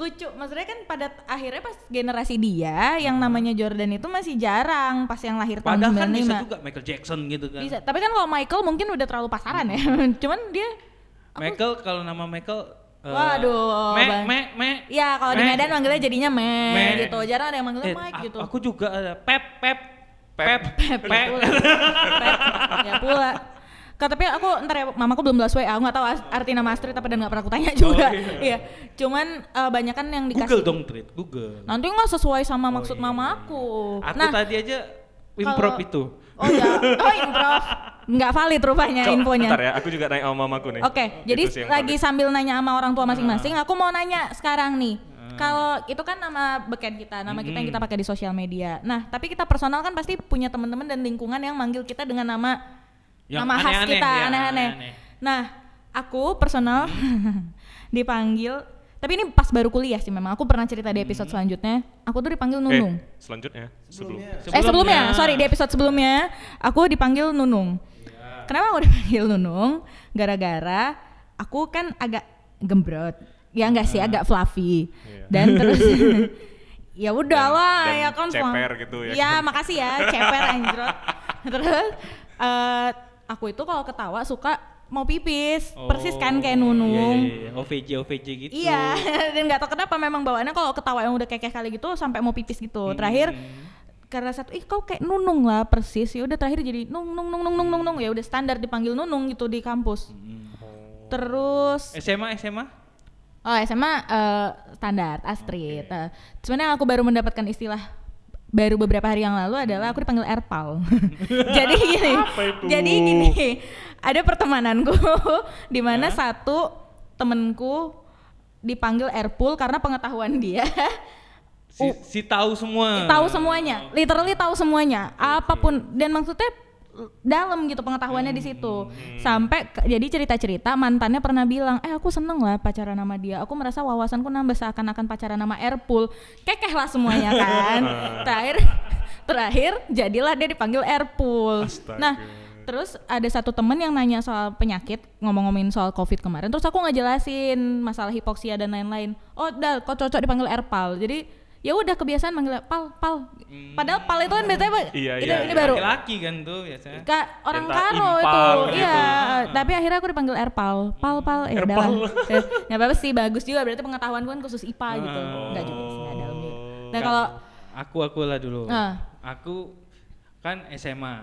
C: lucu, maksudnya kan pada t- akhirnya pas generasi dia yang namanya Jordan itu masih jarang pas yang lahir tahun
B: Padahal kan
C: 95.
B: bisa juga Michael Jackson gitu kan.
C: Bisa. Tapi kan kalau Michael mungkin udah terlalu pasaran ya. Cuman dia
B: Michael kalau nama Michael eh,
C: Waduh,
B: Me
C: Bang.
B: me me.
C: ya kalau di
B: Me.
C: Medan manggilnya jadinya Meh
B: Meh.
C: gitu. Jarang ada yang manggilnya
B: Eh,
C: Mike
B: a-
C: gitu.
B: Aku juga ada Pep Pep Pep
C: Pep, ya pula. Ya pula. Kak, tapi aku ntar ya mamaku belum belas WA, aku nggak tahu as- arti nama Astrid apa dan nggak pernah aku tanya juga. iya. Cuman eh, banyak kan yang dikasih.
B: Oh, Google dong Trit, Google.
C: Nanti nggak sesuai sama maksud mamaku.
B: Aku
C: nah,
B: tadi aja improv
C: kalau-
B: itu.
C: oh ya, oh improv, nggak valid rupanya
A: Cok,
C: infonya.
A: Ntar ya, aku juga nanya sama mamaku nih.
C: Oke, jadi
A: Itu sih yang
C: lagi
A: paling- Ah.
C: sambil nanya sama orang tua masing-masing, aku mau nanya sekarang nih. Kalau itu kan nama beken kita, nama kita yang kita pakai di sosial media. Nah, tapi kita personal kan pasti punya teman-teman dan lingkungan yang manggil kita dengan nama
B: Yang
C: nama khas
B: aneh-aneh,
C: kita,
B: ya,
C: aneh-aneh.
B: aneh-aneh.
C: Nah, aku personal dipanggil, tapi ini pas baru kuliah sih memang. Aku pernah cerita di episode selanjutnya, aku tuh dipanggil
A: Eh,
C: Nunung.
A: selanjutnya, sebelum.
C: Eh sebelumnya, sorry di episode sebelumnya aku dipanggil Nunung. Kenapa aku dipanggil Nunung? Gara-gara aku kan agak gembrot, ya enggak sih, agak fluffy. Dan terus ya udahlah
A: Dan- dan
C: ya kan fluff-
A: ceper gitu ya
C: Ya
A: kan.
C: makasih ya, ceper anjrot. terus eh, aku itu kalau ketawa suka mau pipis, persis kan kayak Nunung.
B: Iya, iya, iya. OVJ OVJ gitu.
C: Iya, dan nggak tahu kenapa memang bawaannya kalau ketawa yang udah kekeh kali gitu sampai mau pipis gitu. Terakhir karena satu ih kau kayak nunung lah persis ya udah terakhir jadi nung nung nung nung nung nung nung ya udah standar dipanggil nunung gitu di kampus. Terus
B: SMA SMA?
C: oh SMA eh, standar Astrid. Eh, sebenarnya aku baru mendapatkan istilah baru beberapa hari yang lalu adalah aku dipanggil Erpal. jadi gini. Jadi gini. Ada pertemananku di mana satu temenku dipanggil Erpul karena pengetahuan dia
B: Si, si tahu semua.
C: tahu semuanya, literally tahu semuanya, apapun dan maksudnya dalam gitu pengetahuannya di situ. Sampai ke- jadi cerita-cerita mantannya pernah bilang, "Eh, aku seneng lah pacaran sama dia. Aku merasa wawasanku nambah seakan-akan pacaran sama Erpul." Kekeh lah semuanya kan. terakhir terakhir jadilah dia dipanggil Erpul. Nah, terus ada satu temen yang nanya soal penyakit, ngomong-ngomongin soal Covid kemarin. Terus aku ngejelasin masalah hipoksia dan lain-lain. Oh, udah kok cocok dipanggil Erpal. Jadi ya udah kebiasaan manggil pal pal padahal pal itu kan biasanya ba-
A: Iya,
C: ini,
A: iya,
C: ini
A: iya.
C: baru
B: Laki-laki kan tuh biasanya.
C: Ka- orang
A: Entah
C: karo itu
A: impal gitu.
C: iya tapi akhirnya aku dipanggil erpal pal pal ya udah lah Eh, nggak apa-apa sih bagus juga berarti pengetahuan gue kan khusus ipa gitu nggak juga sih nggak dalam gitu. nah kalau
B: aku aku lah dulu.
C: Ah.
B: Aku kan SMA.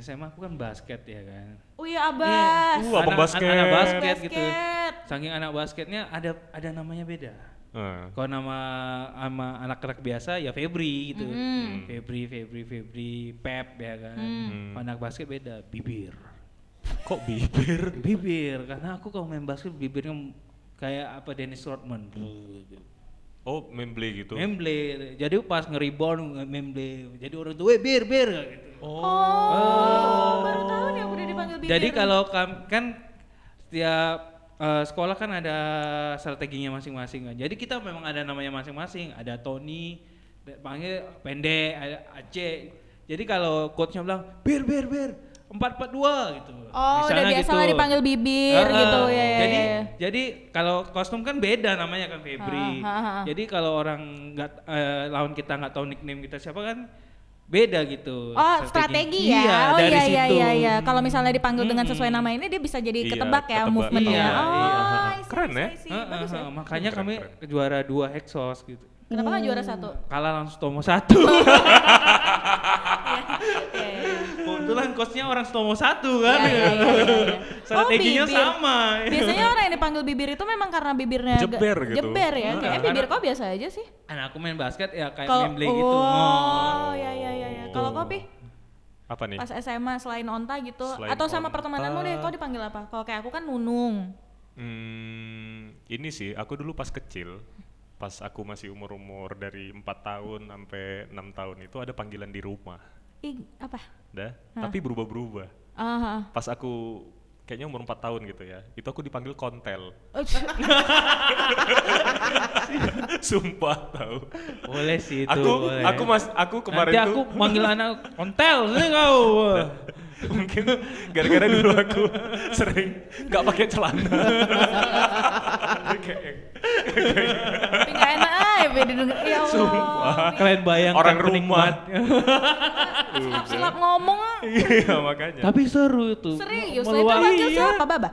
B: SMA aku kan basket ya kan.
C: oh iya abas
A: Iya. Uh, abang
B: anak,
A: basket.
B: Anak basket, gitu.
C: Basket.
B: Saking anak basketnya ada ada namanya beda.
A: Eh,
B: Kalau nama sama anak-anak biasa ya Febri gitu.
C: Mm-hmm.
B: Febri, Febri, Febri, Pep ya kan. Kalau Anak basket beda, bibir.
A: kok bibir?
B: Bibir, karena aku kalau main basket bibirnya m- kayak apa Dennis Rodman.
A: Oh, memble gitu.
B: Memble, jadi pas nge-rebound memble. Jadi orang tuh, "Weh, bir, bir." gitu.
A: Uh,
C: oh baru tahu nih aku udah dipanggil bibir
B: Jadi kalau kam- kan setiap eh, sekolah kan ada strateginya masing-masing kan. Jadi kita memang ada namanya masing-masing. Ada Tony, da- panggil pendek, ada Aceh. Jadi kalau coachnya bilang, bir, bir, bir, empat empat dua gitu.
C: oh udah biasa lah dipanggil bibir
B: Ah,
C: gitu
B: ah.
C: ya ya,
B: Jadi
C: ya.
B: jadi kalau kostum kan beda namanya kan Febri.
C: Ah, ah, ah.
B: Jadi kalau orang nggak eh, lawan kita nggak tahu nickname kita siapa kan beda gitu.
C: Oh strategi ya,
B: Iya,
C: oh
B: dari
C: iya iya
B: situ.
C: iya iya. Kalau misalnya dipanggil dengan sesuai nama ya? ini dia bisa jadi
A: Iya,
C: ketebak ya
A: ketebak,
C: movement
B: ketebak.
C: ya.
B: Iya,
C: Oh,
A: iya.
C: I see,
A: Keren
C: I see,
A: ya.
C: I see.
B: Heeh,
C: Bagus ya.
B: heeh, makanya kami juara dua Hexos gitu.
C: Kenapa nggak juara satu?
B: Kalah langsung Stomo satu.
C: Iya, iya, iya.
B: Kebetulan coachnya orang Stomo satu kan.
C: Iya, iya, iya, iya, iya.
B: Strateginya
C: Oh, bibir.
B: sama.
C: Biasanya orang yang dipanggil bibir itu memang karena bibirnya agak-
A: Jeber gitu.
C: Jeber ya,
A: Heeh.
C: kayaknya bibir kau biasa aja sih.
B: Anak aku main basket ya kayak
C: Kalau
B: memble gitu.
C: oh ya ya ya ya. Kalau kopi
A: Apa nih?
C: pas SMA selain onta gitu
A: Selain
C: atau sama
A: Onta.
C: pertemananmu deh kau dipanggil apa? Kalau kayak aku kan Nunung.
A: Hmm, ini sih, aku dulu pas kecil, pas aku masih umur-umur dari 4 tahun sampai 6 tahun itu ada panggilan di rumah.
C: Ih, apa?
A: Dah, tapi berubah-berubah.
C: Ah, ah.
A: Pas aku kayaknya umur 4 tahun gitu ya. Itu aku dipanggil kontel.
C: Ups.
A: Sumpah tahu.
B: Oh, Boleh sih itu.
A: Aku
B: boleh.
A: aku Mas aku kemarin
B: Gitu, Nanti aku
A: tuh
B: manggil anak kontel sih kau.
A: mungkin gara-gara dulu aku sering nggak pakai celana. Kayak-
C: Tapi nggak enak aja Be, didengar. Ya Allah.
A: Sumpah.
B: Kalian bayangkan
A: Orang
B: penikmat.
C: Selap-selap ngomong.
A: Iya makanya.
B: Tapi seru itu.
C: Serius, lah itu
B: Meluap-
C: panggil
B: Iya.
C: siapa, Baba?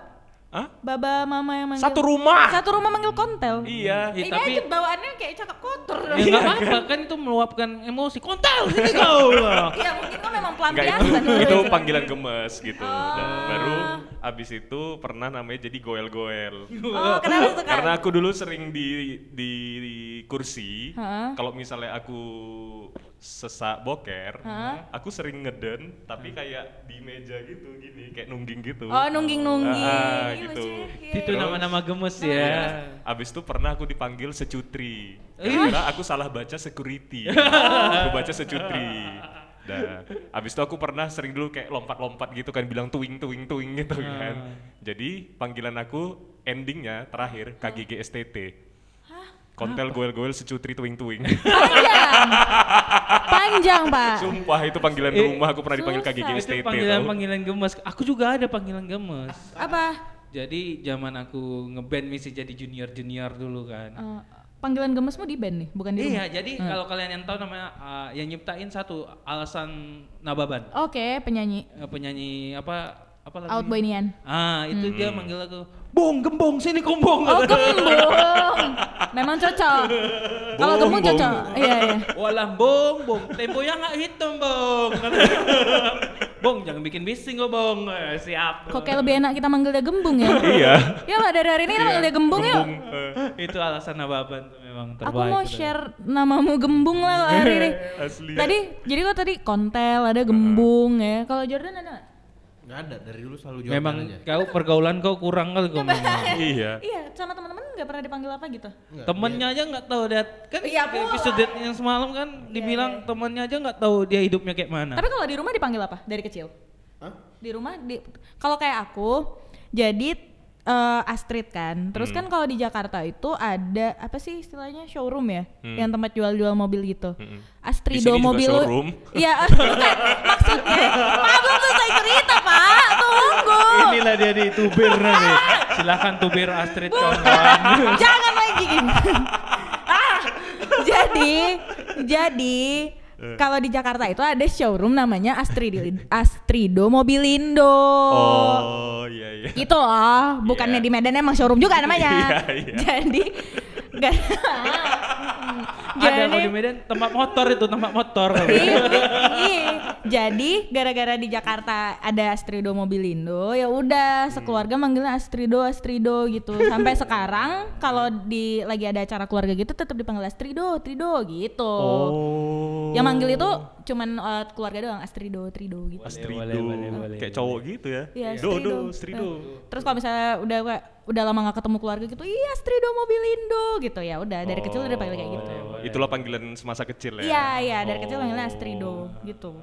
A: Hah?
C: Baba mama yang manggil.
A: Satu rumah.
C: Satu rumah manggil kontel.
A: Iya.
B: Iya,
C: Ini
B: tapi-
C: aja bawaannya kayak cakap kotor.
B: Ya nggak apa-apa kan itu meluapkan emosi. Kontal sini kau. lah.
C: Iya mungkin kok memang
A: Enggak
C: pelampiasan. Oh,
A: itu, itu
C: Bener-bener.
A: panggilan gemes gitu. Dan
C: Oh.
A: baru abis itu pernah namanya jadi goel-goel.
C: Oh kenapa tuh Kak?
A: Karena aku dulu sering di di, di kursi,
C: Heeh.
A: kalau misalnya aku sesak boker, aku sering ngeden tapi kayak di meja gitu gini, kayak nungging gitu.
C: Oh nungging-nungging.
A: Ah,
C: Ih,
A: gitu.
C: lucu ya.
B: Itu nama-nama gemes
C: Iya.
B: ya.
A: Abis itu pernah aku dipanggil secutri.
B: Ih.
A: Karena aku salah baca security. aku baca secutri. Nah, abis itu aku pernah sering dulu kayak lompat-lompat gitu kan bilang tuing tuing tuing gitu
C: Ah.
A: kan. Jadi panggilan aku endingnya terakhir KGGSTT. Kontel goel-goel secutri tuing-tuing.
C: Panjang. Panjang pak.
A: Sumpah itu panggilan
B: Eh,
A: rumah aku pernah dipanggil
C: Ah. susah.
B: Itu
A: KGGSTT tau.
B: panggilan-panggilan gemes. Aku juga ada panggilan gemes.
C: Apa?
B: Jadi zaman aku ngeband misi jadi junior-junior dulu kan.
C: Eh, panggilan gemesmu di band nih, bukan di rumah.
B: Iya, jadi kalau kalian yang tahu namanya uh, yang nyiptain satu alasan Nababan.
C: Oke, penyanyi.
B: Eh, penyanyi apa apa lagu?
C: Outboy Nian.
B: Ah, itu dia manggil aku, "Bong, gembong, sini kumbong."
C: Oh gembung. Memang cocok. Kalau
A: Bung,
C: gembung
A: bung.
C: cocok. Iya iya.
B: Walah bong, bong, tempo yang nggak hitam bong. bong, jangan bikin bising kok bong. Eh, Siap.
C: Kok kayak lebih enak kita manggil dia gembung ya?
A: Iya.
C: Ya lah dari hari ini kita manggil dia gembung yuk.
A: Gembung, eh,
B: itu alasan Nababan tuh memang terbaik.
C: Aku mau
B: tuh.
C: share namamu gembung lah kalau hari ini.
A: Asli.
C: Tadi jadi kok tadi kontel ada gembung ya. Kalau Jordan ada nggak?
D: Nggak ada, dari dulu selalu jualan
B: Memang
D: aja.
B: kau pergaulan kau kurang kali kau memang.
A: Iya.
C: Iya, sama teman-teman nggak pernah dipanggil apa gitu.
D: Nggak,
B: Temennya aja nggak tahu dat kan
C: Iya pula.
B: episode yang semalam kan dibilang temennya aja nggak tahu dia hidupnya kayak
A: Nah.
B: mana.
C: Tapi kalau di rumah dipanggil apa dari kecil?
D: Hah?
C: Di rumah di kalau kayak aku jadi eh, Astrid kan. Terus
A: Hmm.
C: kan kalau di Jakarta itu ada apa sih istilahnya showroom ya? Yang tempat jual-jual mobil gitu. Astrido
A: Hmm. Di sini juga
C: mobil.
A: showroom.
C: Iya, bukan. maksudnya. Pak belum selesai cerita, Pak. Tunggu.
B: Inilah dia di tubir nanti. Silahkan tubir Astrid kawan-kawan.
C: Bukan. Jangan lagi. ah, jadi, jadi
A: Eh.
C: kalau di Jakarta itu ada showroom namanya Astrido, Astrido Mobilindo.
A: Oh iya iya.
C: Gitu loh, bukannya
A: Iya.
C: di Medan emang showroom juga namanya.
A: Iya, iya.
C: Jadi gak
B: Ada kalau di Medan tempat motor itu tempat motor.
C: Iya. Jadi gara-gara di Jakarta ada Astrido Mobilindo, ya udah
A: Hmm.
C: sekeluarga manggilnya Astrido Astrido gitu. Sampai sekarang kalau di lagi ada acara keluarga gitu tetap dipanggil Astrido, Trido gitu.
A: Oh.
C: Yang manggil itu cuman eh, keluarga doang Astrido, Trido gitu.
A: Astrido.
B: boleh, boleh, boleh,
A: Kayak cowok gitu ya.
C: Iya, Eh,
A: do do
C: Strido.
A: Strido.
C: Terus kalau misalnya udah kayak- udah lama nggak ketemu keluarga gitu, iya Astrido Mobilindo gitu ya. Udah dari kecil udah dipanggil kayak gitu.
A: Oh, Itulah panggilan semasa kecil ya.
C: Iya iya dari kecil
B: Oh.
C: manggilnya Astrido gitu.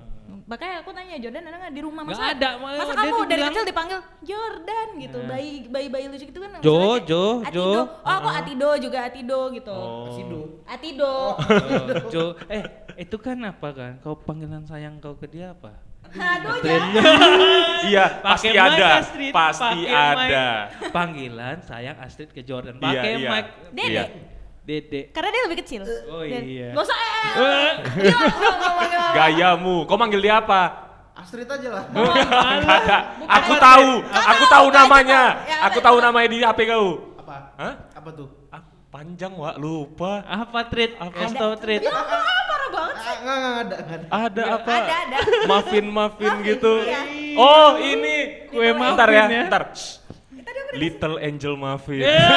C: Makanya aku tanya Jordan ada nggak di rumah
B: Nggak
C: masa?
B: ada, ma-
C: Masa
B: dia
C: kamu dari
B: dibilang- Iya.
C: kecil dipanggil Jordan gitu, bayi bayi bayi lucu gitu kan?
B: Jo,
C: misalnya kayak
B: Jo, Jo. Ah. Oh.
C: Atido. Oh aku Atido juga Atido gitu.
D: Sido.
C: Atido.
B: Jo, eh itu kan apa kan? Kau panggilan sayang kau ke dia apa?
C: Aduh jangan.
A: Iya, pasti
B: Pakai mic,
A: ada.
B: Astrid,
A: Pasti
B: pakai mic.
A: ada.
B: Panggilan sayang Astrid ke
A: Iya,
B: Jordan. Pakai
A: iya.
B: mic.
C: Dede.
A: Iya.
B: Dede.
C: Karena dia lebih kecil.
B: Oh
C: Dan-
B: iya.
C: Gak usah. eh,
B: Eh.
C: Gila gua ngomongnya.
A: Gayamu. Kau manggil dia apa?
D: Astrid aja lah.
A: Enggak ada.
C: Bukan.
A: Aku tahu.
C: Kau
A: Aku
C: tahu,
A: tahu
C: bukan
A: namanya.
C: juga. Ya,
A: Aku
C: apa-
A: tahu namanya di HP kau.
D: Apa?
A: Hah?
D: Apa tuh?
A: Ah, Panjang, Wak. Lupa.
B: Apa treat?
A: Apa?
B: Kasih tahu treat.
C: Ya Allah, parah banget.
D: Ah, Nggak, nggak, nggak ada, nggak ada.
A: Ada apa?
C: Ada ada.
A: Muffin-muffin
C: Muffin,
A: gitu.
C: iya.
A: Oh, ini.
B: Kue
A: Ntar ya,
B: muffin ya.
A: ntar. Shh. Little Angel Muffin. Iya.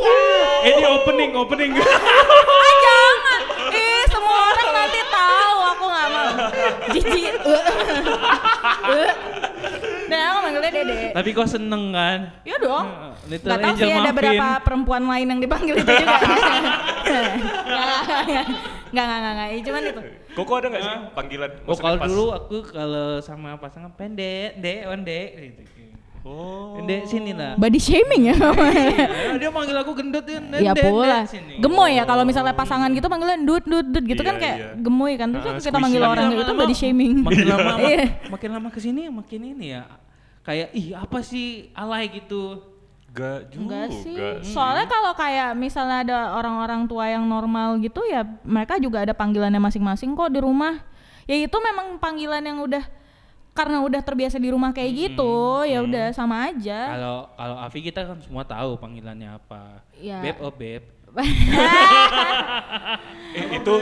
B: Eh,
A: Iya,
B: Ini opening, opening.
C: Ah, jangan. Ih, semua orang nanti tahu aku nggak mau. Jiji. nah, aku manggilnya Dede.
B: Tapi kau seneng kan?
C: Ya dong.
B: Little
C: Gak tau sih
B: Angel
C: ada
B: Muffin.
C: berapa perempuan lain yang dipanggil itu juga. Gak, gak, gak, gak. Cuman itu.
A: Koko ada nggak sih panggilan?
B: Oh
A: Maksudnya
B: kalau
A: pas-
B: dulu aku kalau sama pasangan pendek, dek, onde, gitu.
A: Oh.
B: Dek sini lah.
C: Body shaming ya.
B: Nah, dia manggil aku gendut ya,
A: Nah,
B: Dek,
C: Iya
B: Dek, Dek,
C: pula.
B: sini.
C: Gemoy ya kalau misalnya pasangan gitu panggilnya dut dut dut gitu
A: Iya,
C: kan kayak
A: iya.
C: gemoy kan. Terus
A: Ah,
C: kita manggil
A: squishy.
C: orang
B: Makin
C: itu
B: lama-
C: body shaming.
B: Iya. Makin lama,
C: Iya.
B: makin lama kesini makin ini ya. Kayak ih apa sih alay gitu.
A: Gak juga.
C: Enggak sih. Soalnya kalau kayak misalnya ada orang-orang tua yang normal gitu ya mereka juga ada panggilannya masing-masing kok di rumah. Ya itu memang panggilan yang udah karena udah terbiasa di rumah kayak gitu, ya udah sama aja.
B: Kalau kalau Avi kita kan semua tahu panggilannya apa.
C: Iya.
B: Beb oh beb.
A: Eh, itu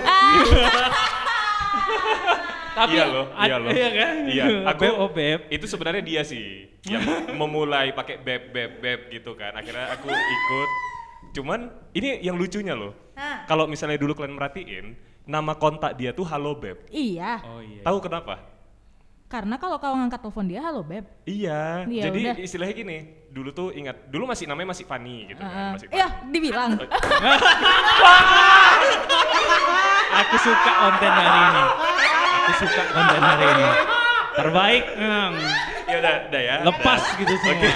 B: Tapi
A: iya loh,
B: ad-
A: iya loh.
B: kan?
A: Iya, aku
B: beb oh beb.
A: Itu sebenarnya dia sih yang memulai pakai beb beb beb gitu kan. Akhirnya aku ikut. Cuman ini yang lucunya loh.
C: Hah.
A: Kalau misalnya dulu kalian merhatiin, nama kontak dia tuh Halo Beb.
C: iya.
B: Oh iya.
A: Tahu kenapa?
C: Karena kalau kau ngangkat telepon dia, halo beb.
A: Iya.
C: Iya,
A: Jadi
C: udah.
A: istilahnya gini, dulu tuh ingat, dulu masih namanya masih Fanny gitu
C: Heeh.
A: kan, masih Fanny.
C: Iya, dibilang.
B: Aku suka konten hari ini. Aku suka konten hari ini. Terbaik. Eng.
A: Ya udah, udah ya.
B: Lepas gitu semua.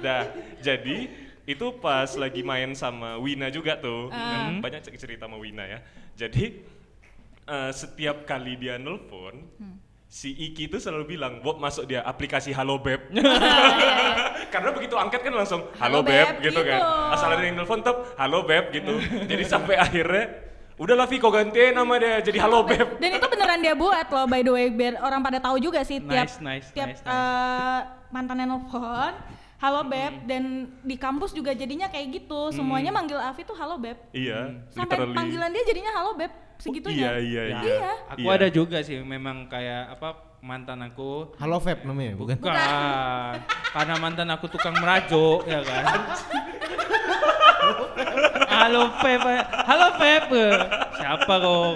A: Dah, jadi itu pas lagi main sama Wina juga tuh.
C: Ah.
A: Banyak cer- cerita sama Wina ya. Jadi eh, setiap kali dia nelpon,
C: Hmm.
A: si Iki tuh selalu bilang, "Bob masuk dia aplikasi Halo Beb." Karena begitu angkat kan langsung
C: Iya, Halo
A: "Halo,
C: Beb,"
A: Beb" gitu, kan.
C: gitu.
A: Asal ada yang nelpon tep "Halo Beb" gitu. jadi sampai akhirnya udah lah Vi kau ganti nama dia jadi Halo Beb.
C: Dan itu beneran dia buat loh by the way biar orang pada tahu juga sih tiap
B: Nice, nice,
C: tiap
B: nice, nice.
C: eh, mantannya nelfon halo beb dan di kampus juga jadinya kayak gitu semuanya manggil Afi tuh halo beb
A: Iya,
C: sampai
A: literally.
C: panggilan dia jadinya halo beb
A: Iya,
C: segitunya
A: iya,
B: Ya,
A: iya.
B: Aku
A: Iya.
B: ada juga sih memang kayak apa mantan aku
D: Halo Feb namanya bukan?
B: Bukan. Karena mantan aku tukang merajuk ya kan. Halo Feb, halo Feb. Siapa kok?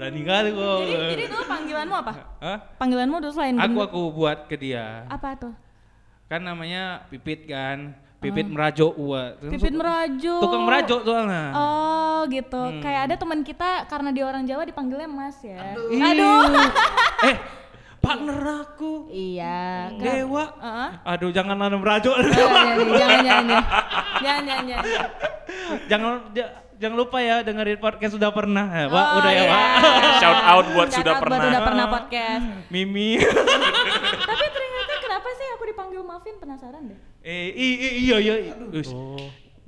B: Berani kali kok.
C: jadi jadi Iya. dulu panggilanmu apa
B: Hah?
C: panggilanmu dulu selain
B: Aku
C: gendut?
B: aku buat ke dia.
C: apa tuh
B: Kan namanya Pipit kan. Pipit merajuk gua.
C: Ah. pipit merajuk
B: Tukang merajuk soalnya.
C: oh gitu
B: Hmm.
C: kayak ada teman kita karena dia orang Jawa dipanggilnya mas ya
B: Ih.
C: aduh
B: eh, partner aku.
C: iya kan-
B: Hmm. Dewa.
C: Heeh.
B: Aduh, jangan ada merajuk.
C: jangan jangan jangan jangan jangan jangan
B: jangan ja- jangan lupa ya dengerin podcast sudah pernah. Ya, Wak,
C: Oh,
B: udah ya, Oh.
C: iya.
B: Wak.
A: Shout out buat
C: Shout
A: Sudah
C: out
A: Pernah.
C: buat udah pernah podcast
B: Mimi.
C: tapi ternyata kenapa sih aku dipanggil Muffin penasaran deh
B: Eh, i, i, iya iya. Us.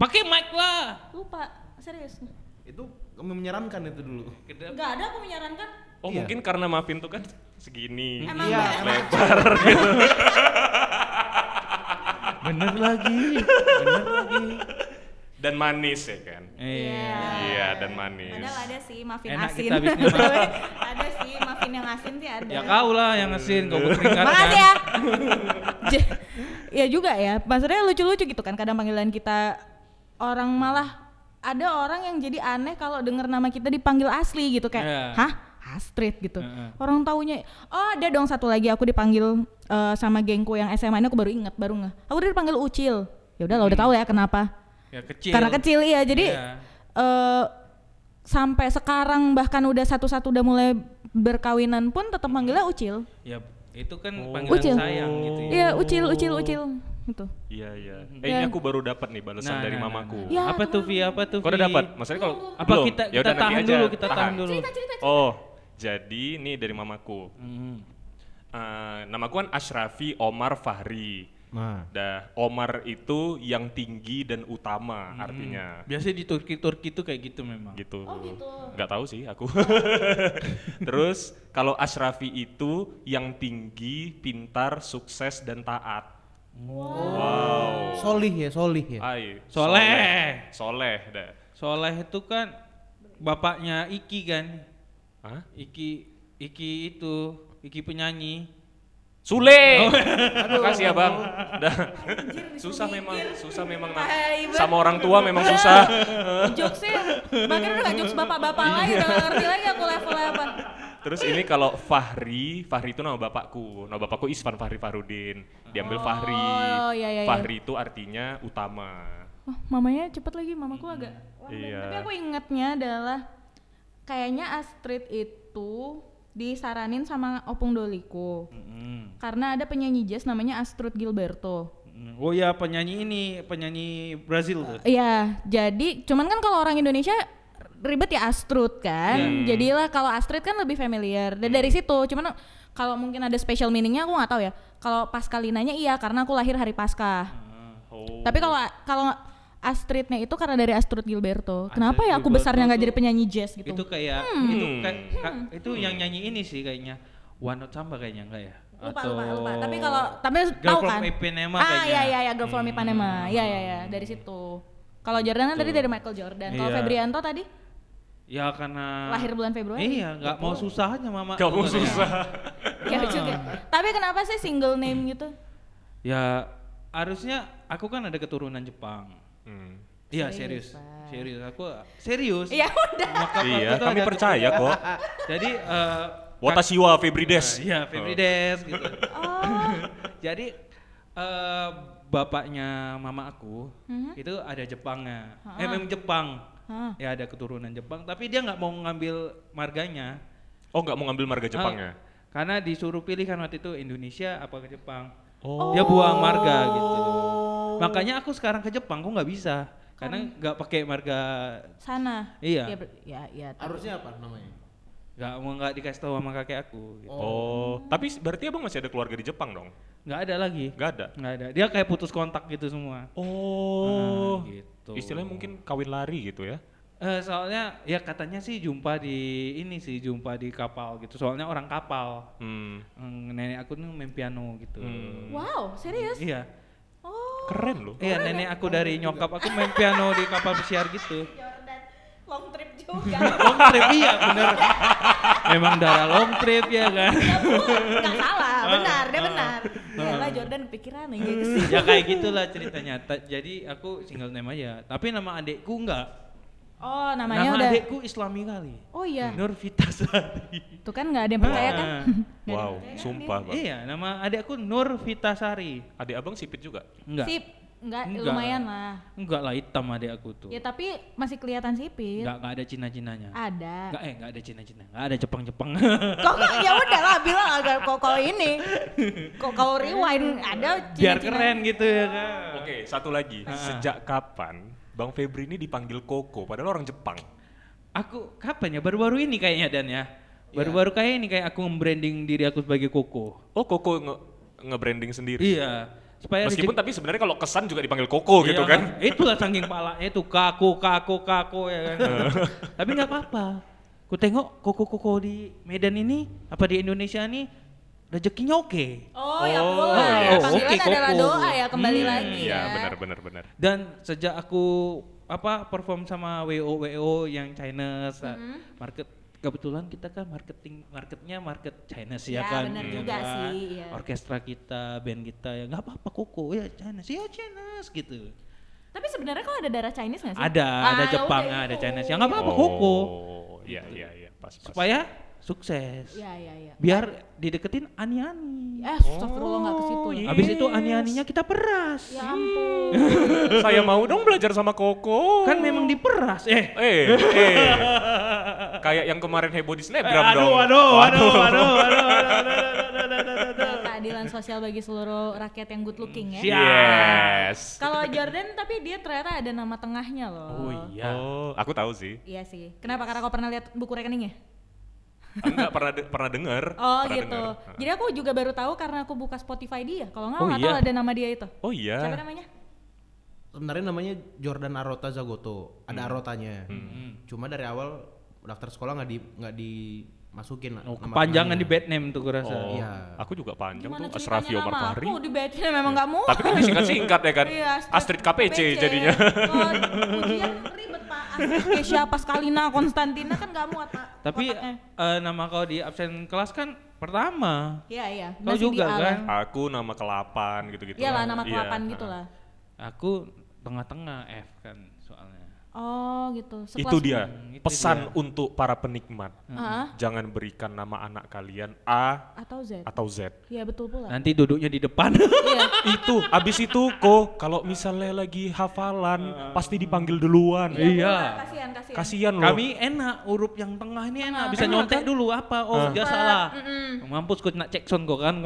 B: Pakai mic lah.
C: lupa serius
D: Itu menyeramkan itu dulu.
C: nggak ada aku menyarankan
A: Oh
D: Iya.
A: mungkin karena Mafin tuh kan segini.
C: Emang
D: iya,
C: bener.
D: emang
B: Bener lagi. Bener lagi.
A: Dan manis ya kan.
B: Iya.
A: Iya, dan manis.
C: padahal ada sih Muffin
B: Enak
C: asin
B: kita bikinnya, Mak.
C: ada sih Muffin yang asin sih ada
B: Ya kau lah yang ngesin kau berkeringat.
C: Makasih
B: kan.
C: ya. J- ya juga ya. Maksudnya lucu-lucu gitu kan kadang panggilan kita orang malah ada orang yang jadi aneh kalau denger nama kita dipanggil asli gitu kayak,
B: Iya.
C: hah? Astrid gitu.
B: Heeh.
C: Orang taunya, oh ada dong satu lagi aku dipanggil eh, sama gengku yang SMA ini aku baru inget, baru nggak. Aku udah dipanggil Ucil. Ya udah lah udah tahu ya kenapa.
B: Ya Hmm. kecil.
C: Karena kecil iya, jadi
B: Iya.
C: eh, sampai sekarang bahkan udah satu-satu udah mulai berkawinan pun tetap manggilnya Ucil.
B: Ya itu kan
A: Oh.
B: panggilan
C: Ucil.
B: sayang gitu. ya.
C: Iya, ucil, ucil, ucil. Gitu.
A: Iya, iya.
B: Hmm.
A: Eh ini
C: Dan-
A: aku baru dapat nih balasan dari mamaku.
C: nah. Ya,
B: apa tuh Vi? Apa tuh?
A: Kau udah
B: Vi?
A: dapat? Maksudnya kalau
B: Iya Apa
A: belum?
B: kita
A: Ya
B: kita
A: udah, nanti
B: tahan
A: aja.
B: dulu, kita tahan dulu.
A: Oh, jadi ini dari mamaku.
B: Hmm.
A: Eh, namaku kan Ashrafi Omar Fahri.
D: Nah,
A: Dah, Omar itu yang tinggi dan
B: Hmm.
A: utama artinya.
B: Biasanya di Turki-Turki tuh kayak gitu memang.
A: gitu.
C: Oh, gitu. Oh.
A: Nggak tahu sih aku. Terus kalau Ashrafi itu yang tinggi, pintar, sukses dan taat. Wow.
D: solih ya, solih
C: Iya.
D: ya.
A: Ai,
B: Soleh.
A: Soleh dah.
B: Soleh itu kan bapaknya Iki kan.
A: Hah?
B: Iki Iki itu Iki penyanyi.
A: Sule.
C: Oh.
A: Makasih ya, Bang. Dah. Susah memang, susah memang. Nak.
C: Tai, Bang.
A: Sama orang tua memang susah.
C: Jokesnya, bahkan udah gak jokes bapak-bapak lagi, udah gak ngerti lagi aku levelnya apa.
A: Terus ini kalau Fahri, Fahri itu nama bapakku. Nama bapakku Isfan Fahri Farudin. Diambil Fahri.
C: Oh, iya, iya, iya.
A: Fahri itu artinya utama.
C: Wah, mamanya cepet lagi, mamaku agak. Wah,
A: Iya.
C: Tapi aku ingetnya adalah kayaknya Astrid itu disaranin sama opung doliku. Karena ada penyanyi jazz namanya Astrid Gilberto.
B: Mm, Oh ya penyanyi ini penyanyi Brazil tuh.
C: Iya, jadi cuman kan kalau orang Indonesia ribet ya Astrud kan.
B: Hmm.
C: Jadilah kalau Astrid kan lebih familiar. Dan dari situ, cuman kalau mungkin ada special meaningnya aku nggak tahu ya. Kalau Paskalinanya iya karena aku lahir hari Paskah.
B: Hmm.
A: Oh.
C: Tapi kalau kalau Astridnya itu karena dari Astrud Gilberto. Kenapa ya aku
B: Gilberto
C: besarnya nggak
B: tuh-
C: jadi penyanyi jazz gitu?
B: kan, Itu kayak itu kayak ka- itu yang nyanyi ini sih kayaknya. One Note Samba kayaknya enggak ya?
C: Lupa,
B: Atau
C: lupa, lupa. Tapi kalau tapi
B: Girl
C: tahu
B: from
C: kan?
B: Ipanema
C: ah,
B: kayaknya. Hmm.
C: iya iya iya, Girl from Ipanema. Iya iya iya, dari situ. Kalau Jordan kan tadi dari Michael Jordan. Kalau
B: Iya.
C: Febrianto tadi
B: Ya karena
C: lahir bulan Februari. Gitu.
B: Iya, nggak mau susah aja mama.
A: Kamu
C: iya.
B: Tuh, katanya.
A: susah.
C: Ya
B: Ah.
C: juga. Tapi kenapa sih single name gitu?
B: Ya harusnya aku kan ada keturunan Jepang.
A: Hmm.
B: Iya serius,
C: Serius, Pak.
B: serius aku serius.
C: Ya udah.
B: Maka waktu
A: Iya,
B: itu
A: kami
B: ada-
A: percaya kok.
B: Jadi eh
A: Watashiwa Febri Des.
B: Iya, Febri Des gitu.
C: Oh.
B: Jadi eh bapaknya mama aku
C: Mhm.
B: itu ada Jepangnya. Eh
C: Ah.
B: memang Jepang.
C: Hah.
B: Ya ada keturunan Jepang, tapi dia nggak mau ngambil marganya.
A: Oh nggak mau ngambil marga Jepangnya?
B: Ah, karena disuruh pilih kan waktu itu Indonesia apa ke Jepang.
A: Oh.
B: Dia buang marga gitu. Makanya aku sekarang ke Jepang aku nggak bisa karena nggak pakai marga
C: Sana.
B: Iya.
C: Ya ber- Ya ya. tahu.
D: Harusnya apa namanya?
B: nggak mau nggak dikasih tahu sama kakek aku. Gitu.
A: Oh. Tapi s- berarti abang masih ada keluarga di Jepang dong?
B: Nggak ada lagi.
A: Nggak ada.
B: Nggak ada. Dia kayak putus kontak gitu semua.
A: Ah,
C: Ah,
A: Oh.
B: Nah, gitu.
A: Istilahnya mungkin kawin lari gitu ya?
B: Eh, soalnya ya katanya sih jumpa di ini sih jumpa di kapal gitu. Soalnya orang kapal.
A: Hmm.
B: Hmm, nenek aku nih main piano gitu.
A: Hmm.
C: Wow, serius?
B: Iya.
C: Oh.
A: Keren loh.
B: Iya, nenek aku dari nyokap aku main piano di kapal pesiar gitu.
C: Jordan long trip juga.
B: Long trip iya bener. Memang darah long trip ya kan.
C: Enggak salah,
B: Ah,
C: benar, dia benar. Iyalah Jordan kepikiran gitu. aja ke sini.
B: ya kayak gitulah ceritanya. Ta- Jadi aku single name aja. Tapi nama adekku enggak.
C: Oh, namanya
B: nama
C: udah.
B: adekku Islami kali.
C: Oh iya.
B: Nurvita Sari.
C: Tuh kan enggak ada yang percaya kan?
B: Ah.
A: Wow,
C: Nggak ada yang percaya kan
A: sumpah bang.
B: iya, nama adekku Nurvita Sari.
A: Adik abang sipit juga?
C: dia?
B: Enggak.
C: Sip. Enggak,
B: Enggak.
C: lumayan lah.
B: Enggak lah hitam adek aku tuh.
C: Ya tapi masih kelihatan sipit.
B: Enggak, enggak ada Cina-Cinanya.
C: iya. Ada.
B: Enggak, eh enggak ada Cina-Cina. Enggak ada Jepang-Jepang.
C: Kok kok- ya udah lah bilang agak kok kalau ini. Kok kalau rewind ada
B: Biar
C: Cina-Cina.
B: keren gitu ya kan.
A: Oke, satu lagi. Sejak kapan Bang Febri ini dipanggil Koko? Padahal orang Jepang.
B: Aku kapan ya? Baru-baru ini kayaknya Dan
A: Iya.
B: ya. Baru-baru kayak ini kayak aku membranding diri aku sebagai Koko.
A: Oh Koko nge nge-branding sendiri.
B: Iya. Supaya
A: Meskipun
B: rezeki-
A: tapi sebenarnya kalau kesan juga dipanggil Koko gitu
B: Iya,
A: kan.
B: Itulah saking palanya itu kaku kaku kaku ya kan. Tapi nggak apa-apa. Ku tengok koko-koko di Medan ini apa di Indonesia ini rezekinya oke.
C: Oh, ya
A: Oh,
C: boleh.
A: iya.
C: Panggilan
B: Oke,
C: adalah
B: Koko.
C: doa ya kembali
B: Hmm,
C: lagi
A: Iya,
C: ya.
A: benar benar benar.
B: Dan sejak aku apa perform sama WO WO yang Chinese uh,
C: Mm-hmm.
B: market kebetulan kita kan marketing marketnya market Chinese ya,
C: Ya,
B: kan.
C: benar
B: gitu
C: juga
B: kan.
C: sih, iya.
B: Orkestra kita, band kita ya nggak apa-apa koko ya Chinese ya Chinese gitu.
C: Tapi sebenarnya kok ada darah Chinese nggak sih?
B: Ada, ada
C: Ah, ya
B: Jepang,
C: udah
B: ada
C: itu.
B: Chinese ya nggak apa-apa koko.
A: Oh, iya iya iya, pas pas.
B: Supaya sukses.
C: Iya, iya, iya.
B: biar dideketin ani-ani.
C: Eh, astagfirullah nggak ke situ ya.
B: Habis itu ani-aninya kita peras.
C: Ya ampun.
A: Saya mau dong belajar sama Koko.
B: Kan memang diperas. Eh,
A: eh eh kayak yang kemarin heboh di Snapgram
B: Eh, aduh,
A: Eh, dong.
B: aduh, aduh, aduh, aduh, aduh, aduh, aduh, aduh, aduh, aduh, aduh.
C: Nah, keadilan sosial bagi seluruh rakyat yang good looking ya.
B: Siap.
A: Yes.
C: Kalau Jordan tapi dia ternyata ada nama tengahnya loh.
B: Oh iya.
A: Oh, aku tahu sih.
C: Iya sih. Kenapa? Karena kau pernah lihat buku rekeningnya?
A: Enggak pernah de- pernah dengar.
C: Oh
A: pernah
C: gitu.
A: dengar.
C: Jadi aku juga baru tahu karena aku buka Spotify dia. Kalau nggak
B: Oh,
C: nggak
B: iya.
C: tahu ada nama dia itu.
A: Oh iya.
C: Siapa namanya?
D: Sebenarnya namanya Jordan Arota Zagoto,
B: Hmm.
D: ada Arotanya. Cuma dari awal daftar sekolah nggak di nggak dimasukin
B: Oh,
D: nama
B: kepanjangan di
D: temannya.
B: bad name tuh gue rasa.
A: Oh,
D: Iya.
A: aku juga panjang
C: Gimana
A: tuh
C: ceritanya
A: Asrafio Omar
C: nama
A: Fahri.
C: aku di bednya memang nggak mau.
A: Tapi kan disingkat-singkat ya kan.
C: Iya,
A: Astrid KPC jadinya.
C: Kalau ujian ribet Pak. Astrid Kesha Paskalina Konstantina kan nggak muat Pak.
B: Tapi
C: kotaknya.
B: eh, nama kau di absen kelas kan pertama.
C: Iya iya.
B: Kau
C: masih di
B: juga
C: A lah.
B: kan?
A: Aku nama kelapan gitu-gitu.
C: Iya lah nama
A: Iya.
C: kelapan gitu lah.
B: Aku tengah-tengah F kan soalnya.
C: Oh gitu. Sekelas
A: Itu dia
B: Hmm, itu
A: pesan untuk para penikmat.
C: Ah,
A: Jangan berikan nama anak kalian A
C: atau Z.
A: atau Z.
C: Iya betul pula.
B: Nanti duduknya di depan.
C: Iya.
A: Itu abis itu kok kalau misalnya lagi hafalan pasti dipanggil duluan.
B: Iya.
C: pula, Kasihan kasihan.
A: Kasihan loh.
B: Kami enak, huruf yang tengah ini enak, bisa
C: Enak,
B: nyontek
C: kan?
B: dulu apa, oh dia salah.
C: Mm-mm. Oh,
B: Mampus gue nak cek sound kok kan.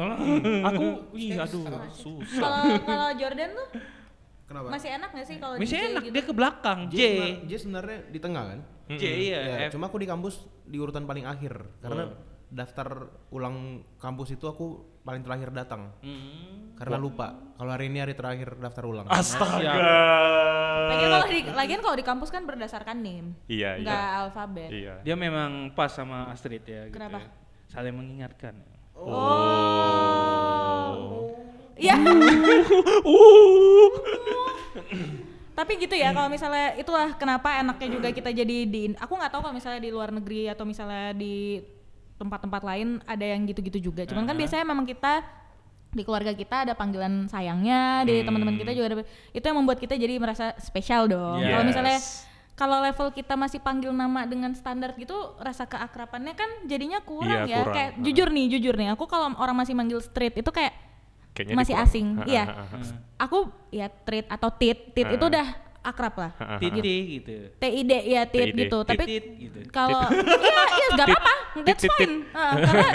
A: aku ih aduh susah.
C: Kalau kalau Jordan tuh
D: Kenapa?
C: masih enak nggak sih kalau di
B: Misalnya
C: J
B: enak
C: gitu?
B: dia ke belakang, J.
D: J, J sebenarnya di tengah kan?
B: J iya,
D: Ya,
B: F. Hmm.
D: cuma aku di kampus di urutan paling akhir karena daftar ulang kampus itu aku paling terakhir datang
B: Hmm.
D: karena lupa kalau hari ini hari terakhir daftar ulang.
A: Astaga.
C: Lagian kalau di lagian kalau di kampus kan berdasarkan name.
A: Iya, iya.
C: Enggak alfabet.
A: Iya.
B: Dia memang pas sama Astrid ya.
C: Kenapa?
B: Gitu. Saling mengingatkan.
C: Oh. Ya. Tapi gitu ya kalau misalnya itulah kenapa enaknya juga kita jadi di aku nggak tahu kalau misalnya di luar negeri atau misalnya di tempat-tempat lain ada yang gitu-gitu juga. Cuman kan
B: Aha.
C: biasanya memang kita di keluarga kita ada panggilan sayangnya, di teman-teman kita juga ada itu yang membuat kita jadi merasa spesial dong. Kalau misalnya
A: Yes.
C: kalau level kita masih panggil nama dengan standar gitu, rasa keakrapannya kan jadinya
A: Iya,
C: kurang ya.
A: kurang.
C: Kayak
A: Heeh.
C: jujur nih, jujur nih, aku kalau orang masih manggil street itu kayak
A: Kayaknya
C: masih
A: dikurang.
C: asing.
A: Ha,
C: Iya.
A: ha, ha, ha.
C: Aku ya treat atau tit, tit itu udah akrab lah.
A: Aha.
B: Titi gitu.
C: TID ya tit
A: TID.
C: gitu. Tapi
B: Titit gitu.
C: kalau iya iya nggak apa-apa, that's
A: Tit, tit, tit.
C: fine. Heeh, karena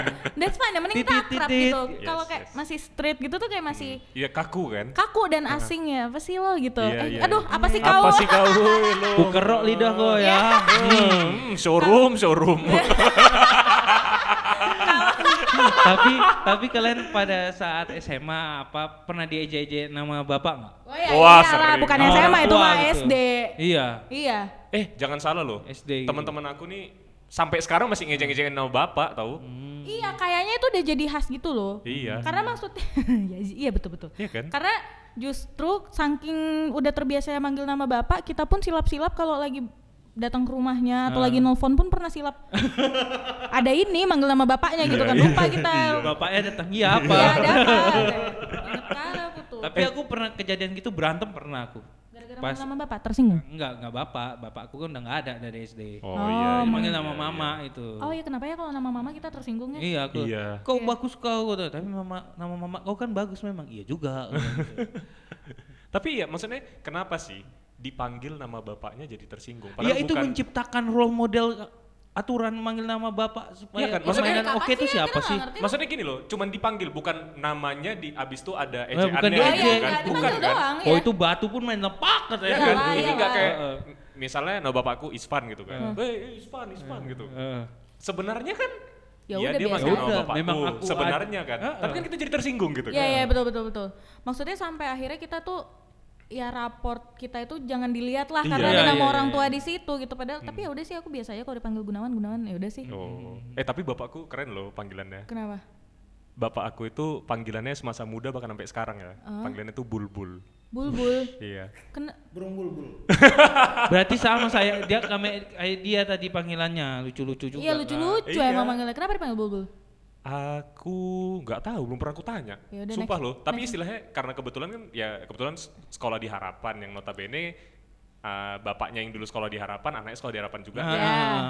C: that's fine. Yang penting kita
B: Tit, tit,
C: akrab
B: tit, tit.
C: gitu.
A: Yes,
C: Kalau kayak
A: yes.
C: masih street gitu tuh kayak masih
A: Iya kaku kan?
C: kaku dan asing ya. Apa sih lo gitu?
A: Iya,
C: Eh,
A: iya,
C: aduh,
A: iya.
C: apa sih kau?
A: Apa sih kau lo?
B: Bukerok lidah kok ya.
A: Hmm, showroom, showroom.
B: tapi tapi kalian pada saat SMA apa pernah diejek-ejek nama bapak nggak?
C: Oh ya,
A: Wah,
C: iyalah,
A: sering.
C: bukan
A: Nama
C: SMA
B: Orang
C: itu
B: tua
C: mah
B: gitu.
C: SD.
B: Iya.
C: Iya.
A: eh, jangan salah loh.
B: SD gitu.
A: Teman-teman aku nih sampai sekarang masih ngejeng-ngejengin nama bapak tahu?
B: Hmm.
C: Iya, kayaknya itu udah jadi khas gitu loh.
B: kan?
A: Iya.
C: Karena maksudnya ya, iya betul-betul.
A: Iya kan?
C: Karena justru saking udah terbiasa manggil nama bapak, kita pun silap-silap kalau lagi datang ke rumahnya
B: Ah.
C: atau lagi nelfon pun pernah silap. Ada ini manggil nama bapaknya
B: Iya,
C: gitu kan lupa kita.
B: Bapaknya datang, iya apa?
C: Iya, ada apa? Ingat kali aku tuh.
B: Tapi aku pernah kejadian gitu berantem pernah aku.
C: Gara-gara
B: Pas-
C: manggil nama bapak tersinggung.
B: Enggak, enggak bapak. Bapakku kan udah enggak ada dari SD.
A: Oh, iya.
C: Oh, iya,
B: Manggil nama mama itu.
C: Oh iya kenapa ya kalau nama mama kita tersinggung ya?
B: Iya aku.
A: Iya.
B: Kau bagus kau kata, tapi mama nama mama kau kan bagus memang. Iya juga.
A: Tapi ya maksudnya kenapa sih dipanggil nama bapaknya jadi tersinggung?
B: Iya
A: Padahal
B: itu
A: bukan-
B: menciptakan role model eh, aturan manggil nama bapak supaya
A: Iya kan,
B: permainan
A: maksudnya
C: kapan
B: oke itu
C: sih ya?
B: siapa
C: Kita
B: sih?
C: nggak ngerti.
A: Maksudnya gini loh, cuman dipanggil bukan namanya di abis itu ada
B: Eh, bukan
A: ejekannya
B: dia
A: gitu
B: ejek.
A: kan?
B: Iya,
A: bukan
C: dipanggil
A: kan?
C: doang.
B: Oh
C: Iya.
B: itu batu pun main lepak
A: Iya
B: katanya.
A: kan?
C: Iyalah,
A: Ini
C: iyalah.
A: nggak kayak
B: Heeh.
A: misalnya nama bapakku Isfan gitu kan. Weh, Isfan, Isfan gitu.
B: Heeh.
A: Sebenarnya kan
C: Ya
A: iya,
C: udah,
A: dia
C: biasa
A: masih
B: aja.
A: nama bapakku.
B: Memang aku
A: sebenarnya
B: ada.
A: kan.
B: Heeh.
A: Tapi kan kita jadi tersinggung gitu
C: Iya
A: kan.
C: iya betul betul betul. Maksudnya sampai akhirnya kita tuh ya raport kita itu jangan dilihat lah
A: Iya, Hmm.
C: karena ada
B: iya,
C: nama
B: iya,
C: orang
B: iya.
C: tua di situ gitu padahal tapi ya udah sih aku biasa aja kalau dipanggil Gunawan Gunawan ya udah sih.
A: Oh. Eh tapi bapakku keren loh panggilannya.
C: Kenapa?
A: Bapak aku itu panggilannya semasa muda bahkan sampai sekarang ya.
C: Oh.
A: Panggilannya tuh Bulbul.
C: Bulbul.
A: Iya.
C: Kena
D: burung bulbul
B: Berarti sama saya dia kami kayak dia tadi panggilannya lucu-lucu juga. kan.
C: Iya lucu-lucu
A: Iya.
C: emang manggilnya. Kenapa dipanggil Bulbul?
A: Aku nggak tahu, belum pernah aku tanya.
C: Ya udah,
A: Sumpah
C: next-
A: loh. Tapi istilahnya karena kebetulan kan ya kebetulan s- sekolah di Harapan yang notabene uh, bapaknya yang dulu sekolah di Harapan, anaknya sekolah di Harapan juga. Ya.
B: Ah.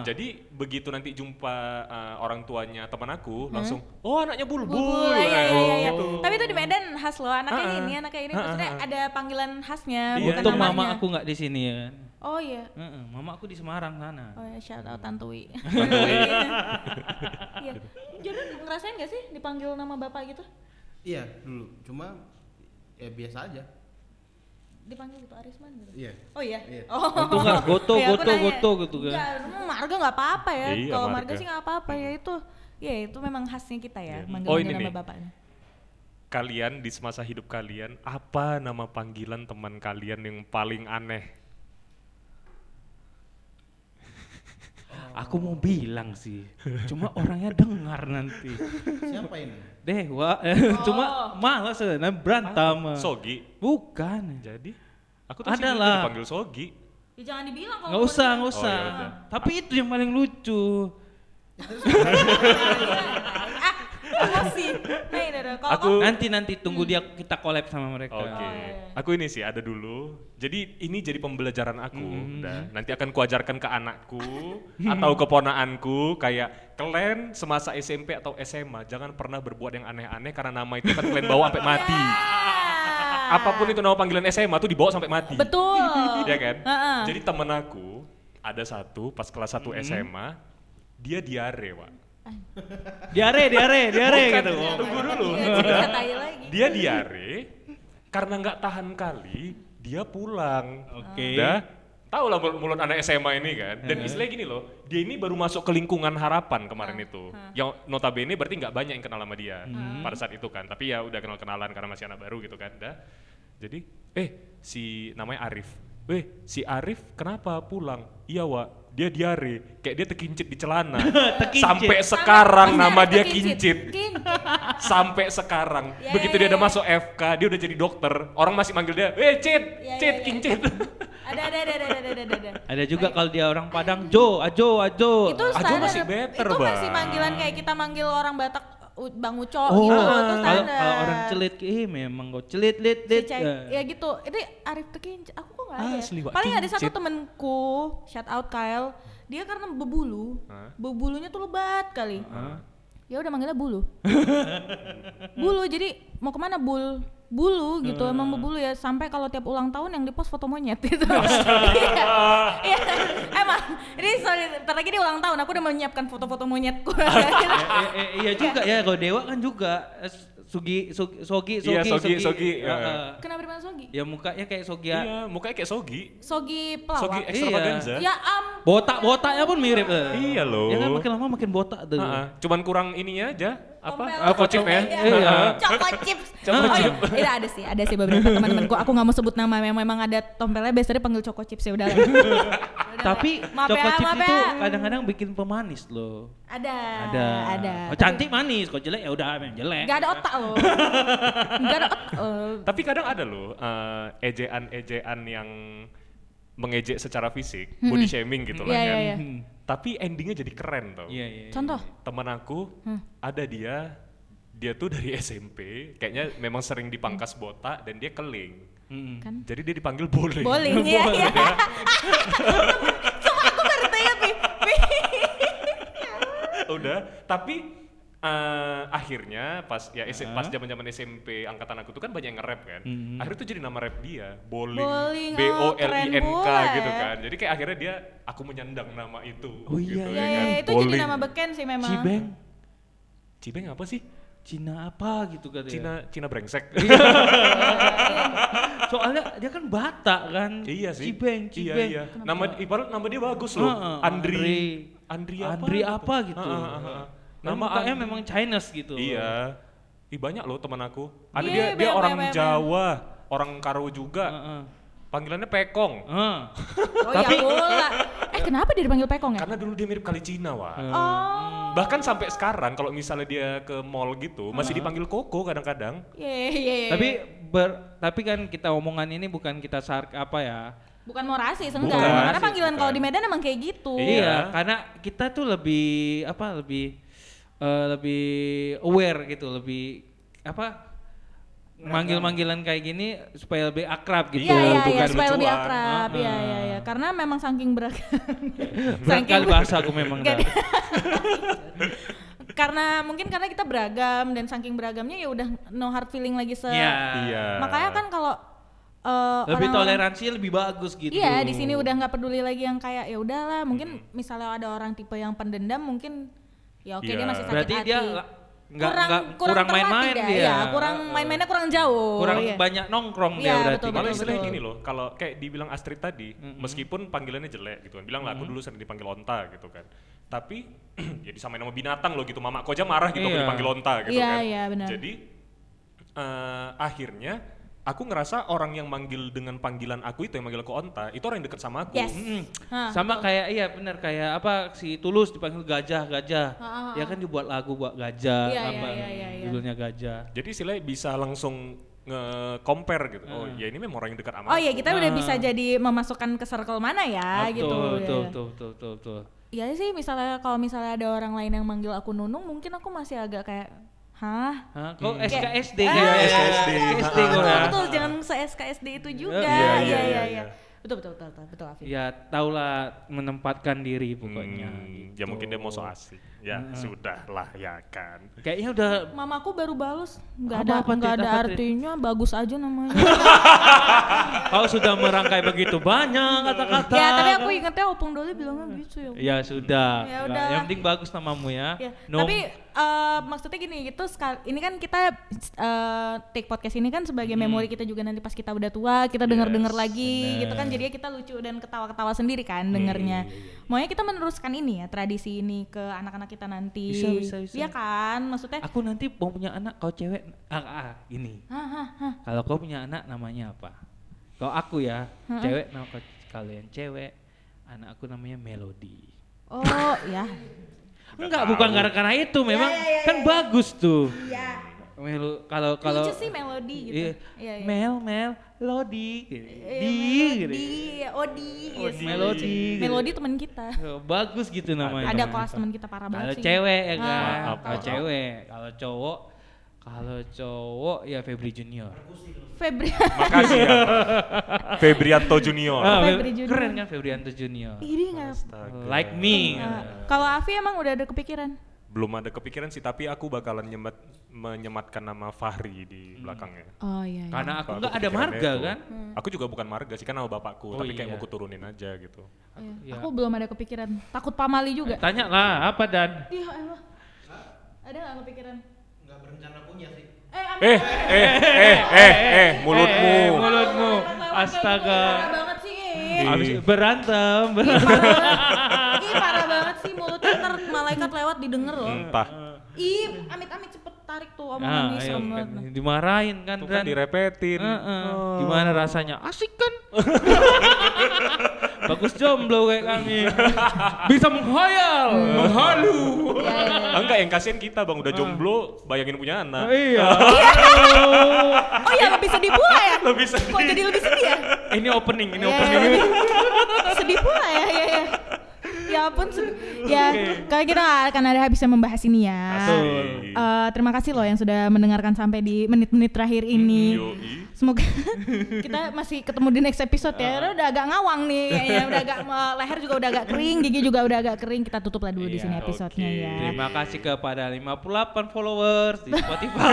C: Iya.
A: Jadi begitu nanti jumpa uh, orang tuanya teman aku langsung, "Oh, anaknya Bulbul."
C: Hmm? Bulbul. Iya iya
A: Oh,
C: iya. iya.
A: gitu.
C: Tapi itu di Medan khas loh anaknya
A: Ah, ah.
C: ini anaknya
A: Ah,
C: ini
A: ah,
C: maksudnya
A: ah.
C: ada panggilan khasnya
A: Iya.
C: bukan
B: Untung
C: namanya.
B: mama aku nggak di sini ya kan.
C: Oh iya.
B: Heeh, mama aku di Semarang sana.
C: Oh ya shout out Tantui.
A: Tantui.
C: Iya. Jordan ngerasain gak sih dipanggil nama bapak gitu?
D: iya dulu cuma ya biasa aja
C: Dipanggil gitu Arisman gitu.
D: iya
C: Oh iya.
D: Iya.
C: Oh.
B: Untung nggak goto,
C: Iya, aku
B: goto,
C: nanya.
B: goto gitu kan.
C: Enggak, emang marga nggak apa-apa ya.
A: Iya,
C: Kalau marga.
A: marga.
C: sih nggak apa-apa ya itu. Ya itu memang khasnya kita ya,
A: Iya.
C: manggil
A: Oh, ini nih.
C: nama bapaknya.
A: Kalian di semasa hidup kalian, apa nama panggilan teman kalian yang paling aneh?
B: Aku mau bilang sih, cuma orangnya dengar nanti.
D: siapa ini
B: Dewa,
C: Oh.
B: cuma malas nah, berantem.
A: Sogi. Eh.
B: Bukan.
A: Jadi, aku tuh sih
B: Adalah.
A: dipanggil Sogi.
C: Ya jangan dibilang kalau
B: Nggak usah,
C: Iya,
B: nggak
A: Oh,
B: usah.
A: ya udah.
B: Tapi itu yang paling lucu.
C: iya, Ah, emosi. Nah, ini udah. Kalau
A: Aku-
B: Nanti nanti tunggu dia kita collab sama mereka.
A: Hmm. Oke. Aku ini sih ada dulu. Jadi ini jadi pembelajaran aku. Dan nanti akan kuajarkan ke anakku atau keponaanku kayak kalian semasa SMP atau SMA jangan pernah berbuat yang aneh-aneh karena nama itu akan kalian bawa sampai mati.
C: iya. Ah.
A: Apapun itu nama panggilan SMA tuh dibawa sampai mati.
C: Betul.
A: Iya kan?
C: Heeh.
A: Jadi temen aku ada satu pas kelas 1 SMA dia diare, Pak.
B: Diare, diare, diare
A: Bukan,
B: gitu.
A: Tunggu dulu.
C: Iya, jadi kata Ayu lagi.
A: dia diare karena nggak tahan kali dia pulang
B: Oke.
A: udah tahu lah mulut, mulut anak SMA ini kan dan istilah gini loh dia ini baru masuk ke lingkungan harapan kemarin
C: Ah,
A: itu yang notabene berarti nggak banyak yang kenal sama dia
B: Hmm.
A: pada saat itu kan tapi ya udah kenal kenalan karena masih anak baru gitu kan dah jadi eh si namanya Arif weh si Arif kenapa pulang? Iya wa, dia diare, kayak dia terkincit di celana.
B: Terkincit.
A: Sampai sekarang
C: Sama-
A: nama
C: benar,
A: dia
C: itu
A: kincit.
C: Kincit.
A: Sampai sekarang.
C: Ya,
A: Begitu
C: ya,
A: dia
C: ya,
A: udah
C: ya.
A: masuk FK, dia udah jadi dokter. Orang masih manggil dia, weh cit,
C: Ya,
A: cit,
C: ya, ya.
A: kincit.
C: Ada ada ada ada ada ada. ada.
B: Ada juga kalau dia orang Padang, Jo, Ajo, Ajo.
C: Itu
A: Ajo
C: standar.
A: masih better,
C: itu masih
A: Bang.
C: panggilan kayak kita manggil orang Batak U- Bang Uco
B: Oh,
C: gitu. Itu
B: kalau
C: standar.
B: kalau orang celit, ih memang gue celit, lit,
C: Si
B: lit.
C: Cai-
B: eh.
C: ya gitu. Itu Arif tuh kincit. Aku kok nggak ada.
A: Asli,
C: ya?
A: Wak,
C: Paling ada satu
A: kincit.
C: temenku, shout out Kyle. Dia karena bebulu,
A: Hah?
C: bebulunya tuh lebat kali. Ya udah manggilnya bulu. bulu jadi mau kemana bul? Bulu gitu emang bebulu ya sampai kalau tiap ulang tahun yang dipost foto monyet gitu. Iya. Iya. Emang ini sorry, ntar lagi dia ulang tahun aku udah menyiapkan foto-foto monyetku.
B: Eh, eh, iya juga ya, kalau Dewa kan juga eh, Sugi, Sugi, Sogi, Sogi,
A: Iya, Sogi, Sogi,
B: Eh,
A: ya.
B: eh.
C: Kenapa dipanggil Sogi?
B: Ya mukanya kayak Sogi ya.
A: Iya, mukanya kayak Sogi. Sogi
C: Sogi pelawak.
A: extravaganza.
C: Ya am.
B: Botak-botaknya pun mirip. eh.
A: Iya loh.
B: Ya kan makin lama makin botak tuh.
A: Ha-ha. Cuman kurang ininya aja apa?
C: Tompel.
A: Ah, kocipnya.
C: Iya.
A: Ha-ha.
C: Choco chips.
A: Choco
C: Oh,
A: chip.
C: iya, ada sih, ada sih beberapa teman-temanku. Aku nggak mau sebut nama, yang memang ada tompelnya biasanya panggil choco chips ya udah. lah. Udah
B: Tapi
C: lah. Maaf
B: Choco
C: ya,
B: Chips
C: maaf
B: itu
C: ya.
B: kadang-kadang bikin pemanis loh.
C: ada.
B: Ada.
C: Ada.
B: Oh, cantik manis, kok jelek ya udah memang jelek.
C: Gak ada otak loh. Gak ada otak. Eh,
A: Tapi kadang ada loh eh, ejaan-ejaan yang mengejek secara fisik, body shaming gitu lah
C: Hmm. Iya,
A: kan.
C: iya, iya.
B: Hmm.
A: Tapi endingnya jadi keren tau.
B: Iya, iya.
C: contoh.
A: Temen aku
C: Hmm.
A: ada dia, dia tuh dari SMP, kayaknya memang sering
C: Hmm.
A: dipangkas botak dan dia keling.
B: Hmm.
C: Kan.
A: Jadi dia dipanggil ya. bowling.
C: Boleh. Iya, iya. Cuma aku ngerti ya, Pi. Pi.
A: Udah, tapi eh, akhirnya pas ya S- pas zaman-zaman SMP angkatan aku tuh kan banyak yang nge-rap kan.
B: Mhm.
A: Akhirnya tuh jadi nama rap dia, Bowling.
C: Bowling,
A: B
C: oh,
A: O L I N K
C: keren
A: gitu
C: boleh.
A: kan. Jadi kayak akhirnya dia aku menyandang nama itu
B: Oh iya,
A: gitu
C: Iya,
A: ya
C: iya,
A: kan.
C: itu jadi nama beken sih memang.
B: Cibeng,
A: Cibeng apa sih?
B: Cina apa gitu kan ya.
A: Cina Cina brengsek.
B: Iya. Soalnya dia kan Batak kan.
A: iya sih.
B: Cibeng,
A: Iya,
B: Cibeng.
A: iya. Nama ibarat nama dia bagus loh.
B: Heeh,
A: Andri Andri
B: Andri
A: apa?
B: Andri apa gitu.
A: Heeh, heeh, heeh.
B: Nama
A: Nama
B: mukanya
A: Andri.
B: memang Chinese gitu.
A: kan- Iya. Ih banyak loh teman aku. Ada
C: Iya,
A: dia dia
C: banyak,
A: orang
C: banyak, banyak.
A: Jawa, orang Karo juga.
B: Heeh.
A: Panggilannya Pekong.
B: Heeh.
C: Oh ya bola. Eh kenapa dia dipanggil pekong ya?
A: Karena dulu dia mirip kali Cina, Wak.
C: Oh.
A: Bahkan sampai sekarang kalau misalnya dia ke mall gitu, masih dipanggil Koko kadang-kadang.
C: Iya, iya, iya.
B: Tapi ber, tapi kan kita omongan ini bukan kita sark apa ya?
C: Bukan mau rasis, enggak.
A: Bukan
C: Karena
A: rasis,
C: panggilan kalau
A: bukan.
C: di Medan emang kayak gitu.
A: Iya.
B: karena kita tuh lebih apa lebih eh, lebih aware gitu, lebih apa manggil-manggilan kayak gini supaya lebih akrab gitu.
C: Iya, iya, iya,
A: bukan
C: supaya lebih
A: lucuan.
C: akrab. Iya, iya, iya. Karena memang saking berat.
B: Berat kali bahasa aku memang.
C: Nggak
B: Dar.
C: karena mungkin karena kita beragam dan saking beragamnya ya udah no hard feeling lagi se.
B: Iya.
C: Makanya kan kalau eh,
B: Lebih
C: orang-orang-
B: toleransi lebih bagus gitu.
C: Iya, di sini udah nggak peduli lagi yang kayak ya udahlah, mungkin misalnya ada orang tipe yang pendendam mungkin ya oke
A: Iya.
C: dia masih sakit
B: Berarti
C: hati.
B: dia la- nggak
C: kurang
B: nggak-
C: kurang,
B: kurang
C: terlatih
B: main-main
C: dah.
B: dia.
C: Iya, kurang main-mainnya kurang jauh.
B: kurang
C: iya.
B: banyak nongkrong
C: Iya,
B: dia berarti.
C: betul,
A: Malah
C: betul.
A: istilahnya gini loh, kalau kayak dibilang Astrid tadi, meskipun panggilannya jelek gitu kan, bilang lah aku dulu sering dipanggil onta gitu kan, tapi jadi samain sama binatang loh gitu, mama aja marah gitu aku
B: Iya.
A: dipanggil onta gitu
C: Iya,
A: kan.
C: iya, benar.
A: Jadi eh, akhirnya aku ngerasa orang yang manggil dengan panggilan aku itu yang manggil aku onta, itu orang yang deket sama aku.
C: Yes.
B: Mm.
C: Hah.
B: Sama kayak iya benar kayak apa si Tulus dipanggil gajah gajah.
C: Ha, ha, ha.
B: Ya kan dibuat lagu buat gajah
C: Iya,
B: apa
C: iya, iya, iya.
B: judulnya gajah.
A: Jadi istilahnya bisa langsung nge-compare gitu. Oh, ya ini memang orang yang dekat sama
C: Mm. Oh iya, kita udah
B: Ah.
C: bisa jadi memasukkan ke circle mana ya
B: betul,
C: gitu. ya.
B: Betul, betul, betul, betul, betul.
C: Iya sih, misalnya kalau misalnya ada orang lain yang manggil aku Nunung, mungkin aku masih agak kayak, hah?
B: Hah, kok SKSD
C: Ah,
B: gitu ya?
A: SKSD.
B: SKSD
C: Betul,
B: kok
C: betul,
B: ya.
C: betul, jangan se SKSD itu juga.
B: Iya,
C: Iya,
A: iya,
C: iya, iya.
A: iya.
C: Betul, betul, betul, betul, betul, Afif.
B: Ya taulah menempatkan diri
A: Hmm,
B: pokoknya. gitu.
A: Ya mungkin dia mau so asik. Ya sudahlah ya kan.
B: Kayaknya udah
C: Mamaku baru balus, nggak
B: Apa,
C: ada,
B: apa,
C: nggak
B: Tit,
C: ada
B: apa, Tit?
C: artinya, bagus aja namanya.
B: kau sudah merangkai begitu banyak kata-kata.
C: ya, tapi aku ingetnya Opung Doli bilangnya gitu ya.
B: Ya sudah.
C: Ya
B: Nah,
C: udah.
B: yang penting bagus namamu ya.
C: Ya,
B: Nom.
C: Tapi eh, maksudnya gini gitu sekali ini kan kita eh, take podcast ini kan sebagai memori kita juga nanti pas kita udah tua kita denger-denger lagi gitu kan jadinya kita lucu dan ketawa-ketawa sendiri kan
B: Iya,
C: dengernya. Maunya kita meneruskan ini ya tradisi ini ke anak-anak kita nanti.
B: Bisa, bisa, bisa.
C: Iya kan? Maksudnya
B: aku nanti mau punya anak kau cewek ah, ah, ini
C: Hah, hah, hah.
B: kalau kau punya anak namanya apa Kalau aku ya,
C: Hmm.
B: cewek nama ko- kalian cewek, anak aku namanya Melody.
C: Oh ya.
B: Enggak, bukan
A: tahu.
B: karena karena itu memang
C: ya, ya,
B: kan
C: ya.
B: bagus tuh.
C: Iya.
B: Melo kalau kalau
C: Kalau sih melodi gitu.
B: Iya.
C: Iya, iya.
B: Mel Mel Lodi gitu.
C: Iya,
B: Di gitu.
C: melodi, odi, iya sih.
B: Melodi. gitu.
C: Melodi teman kita.
B: Eh, Bagus gitu namanya.
C: Ada kelas teman kita parah
B: Kalau
C: banget sih.
B: cewek ya
C: Ah,
B: kan.
A: Maaf,
B: Kalau
A: maaf.
B: cewek, kalau cowok kalau cowok ya Febri Junior.
C: Febri.
A: Makasih ya. Febrianto Junior.
B: Ah,
C: Febri
B: Fe-
C: Junior.
B: Keren kan Febrianto Junior.
C: Ini nggak.
A: Astaga.
B: Like me.
C: Ah, Kalau Avi emang udah ada kepikiran.
A: Belum ada kepikiran sih, tapi aku bakalan nyemat, menyematkan nama Fahri di
B: Hmm.
A: belakangnya.
C: Oh iya. iya.
B: Karena aku
A: Kalau
B: nggak ada
A: kepikirannya
B: marga
A: itu.
B: kan.
A: Aku juga bukan marga sih, kan nama bapakku,
B: Oh
A: tapi kayak
B: iya.
A: mau aku turunin aja gitu.
C: Iya.
B: Iya.
C: Aku belum ada kepikiran. Takut pamali juga.
B: Tanya lah apa dan
C: Iya elah. Ada nggak kepikiran?
D: Nggak berencana punya sih.
C: Eh, Ami,
A: Eh, eh, eh, eh, eh, mulutmu.
B: Eh, mulutmu.
C: lewat kayak gitu,
B: Astaga.
C: Parah banget sih.
A: Ih.
B: Habis berantem,
C: Iya,
B: berantem.
C: Ih parah banget sih mulutnya ntar malaikat lewat didengar loh.
A: Entah.
C: Ih, amit-amit cepet tarik tuh
B: Hmm. Ah,
C: omongan ini
B: ayo,
C: serem
B: kan.
C: banget.
B: dimarahin kan
A: Tuh
B: dan
A: kan direpetin.
B: Heeh.
A: Oh.
B: Gimana rasanya? Asik kan? Bagus jomblo kayak kami. Bisa menghayal, menghalu.
C: Iya, iya, iya.
A: Ah, Enggak, yang kasihan kita bang, udah jomblo, bayangin punya
B: Nah,
A: anak.
B: iya.
C: Oh ya lebih sedih pula ya?
A: Lebih sedih.
C: Kok jadi lebih sedih ya?
B: ini opening, ini
C: Iya, iya,
B: opening.
C: lebih- sedih pula ya, ya, ya. Ya ampun, sedih. ya kalau kita nggak akan ada habisnya membahas ini ya.
A: Asik.
C: Eh, terima kasih loh yang sudah mendengarkan sampai di menit-menit terakhir
B: Iya.
C: ini.
B: Ah,
A: Yoi.
C: Semoga kita masih ketemu di next episode ya. Karena Udah agak ngawang nih kayaknya, udah agak eh, leher juga udah agak kering, gigi juga udah agak kering. Kita tutup lah dulu di
B: Iya,
C: sini episodenya
A: oke.
C: ya.
B: Terima kasih kepada 58 followers di Spotify.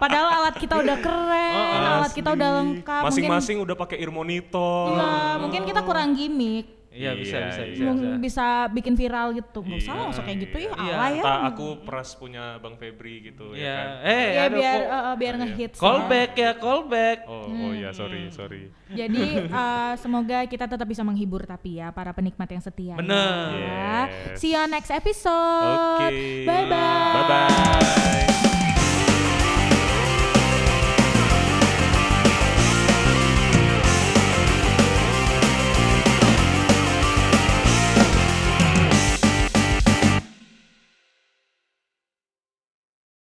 C: Padahal alat kita udah keren,
B: Oh,
C: alat kita udah lengkap. Mungkin-
A: Masing-masing udah pakai ear monitor.
C: Iya, mungkin kita kurang gimmick.
B: Iya, bisa,
A: Iya,
B: bisa,
A: iya.
B: bisa.
C: Mung-
B: bisa.
C: bisa bikin viral gitu. Gak usah
A: Iya.
C: langsung kayak gitu ya,
B: Iya.
C: alay ya.
A: Entah aku peras punya Bang Febri gitu
B: Iya,
A: ya kan.
B: eh,
C: ya
B: aduh,
C: biar
B: kok-
C: eh, eh,
A: Iya.
C: biar ngehits. ya.
B: callback ya, callback.
A: Oh, oh ya, sorry, sorry.
C: Jadi eh, semoga kita tetap bisa menghibur tapi ya para penikmat yang setia.
B: Bener.
C: Ya.
A: Yes.
C: See you on next
A: Oke.
C: episode. Bye bye.
A: Bye bye.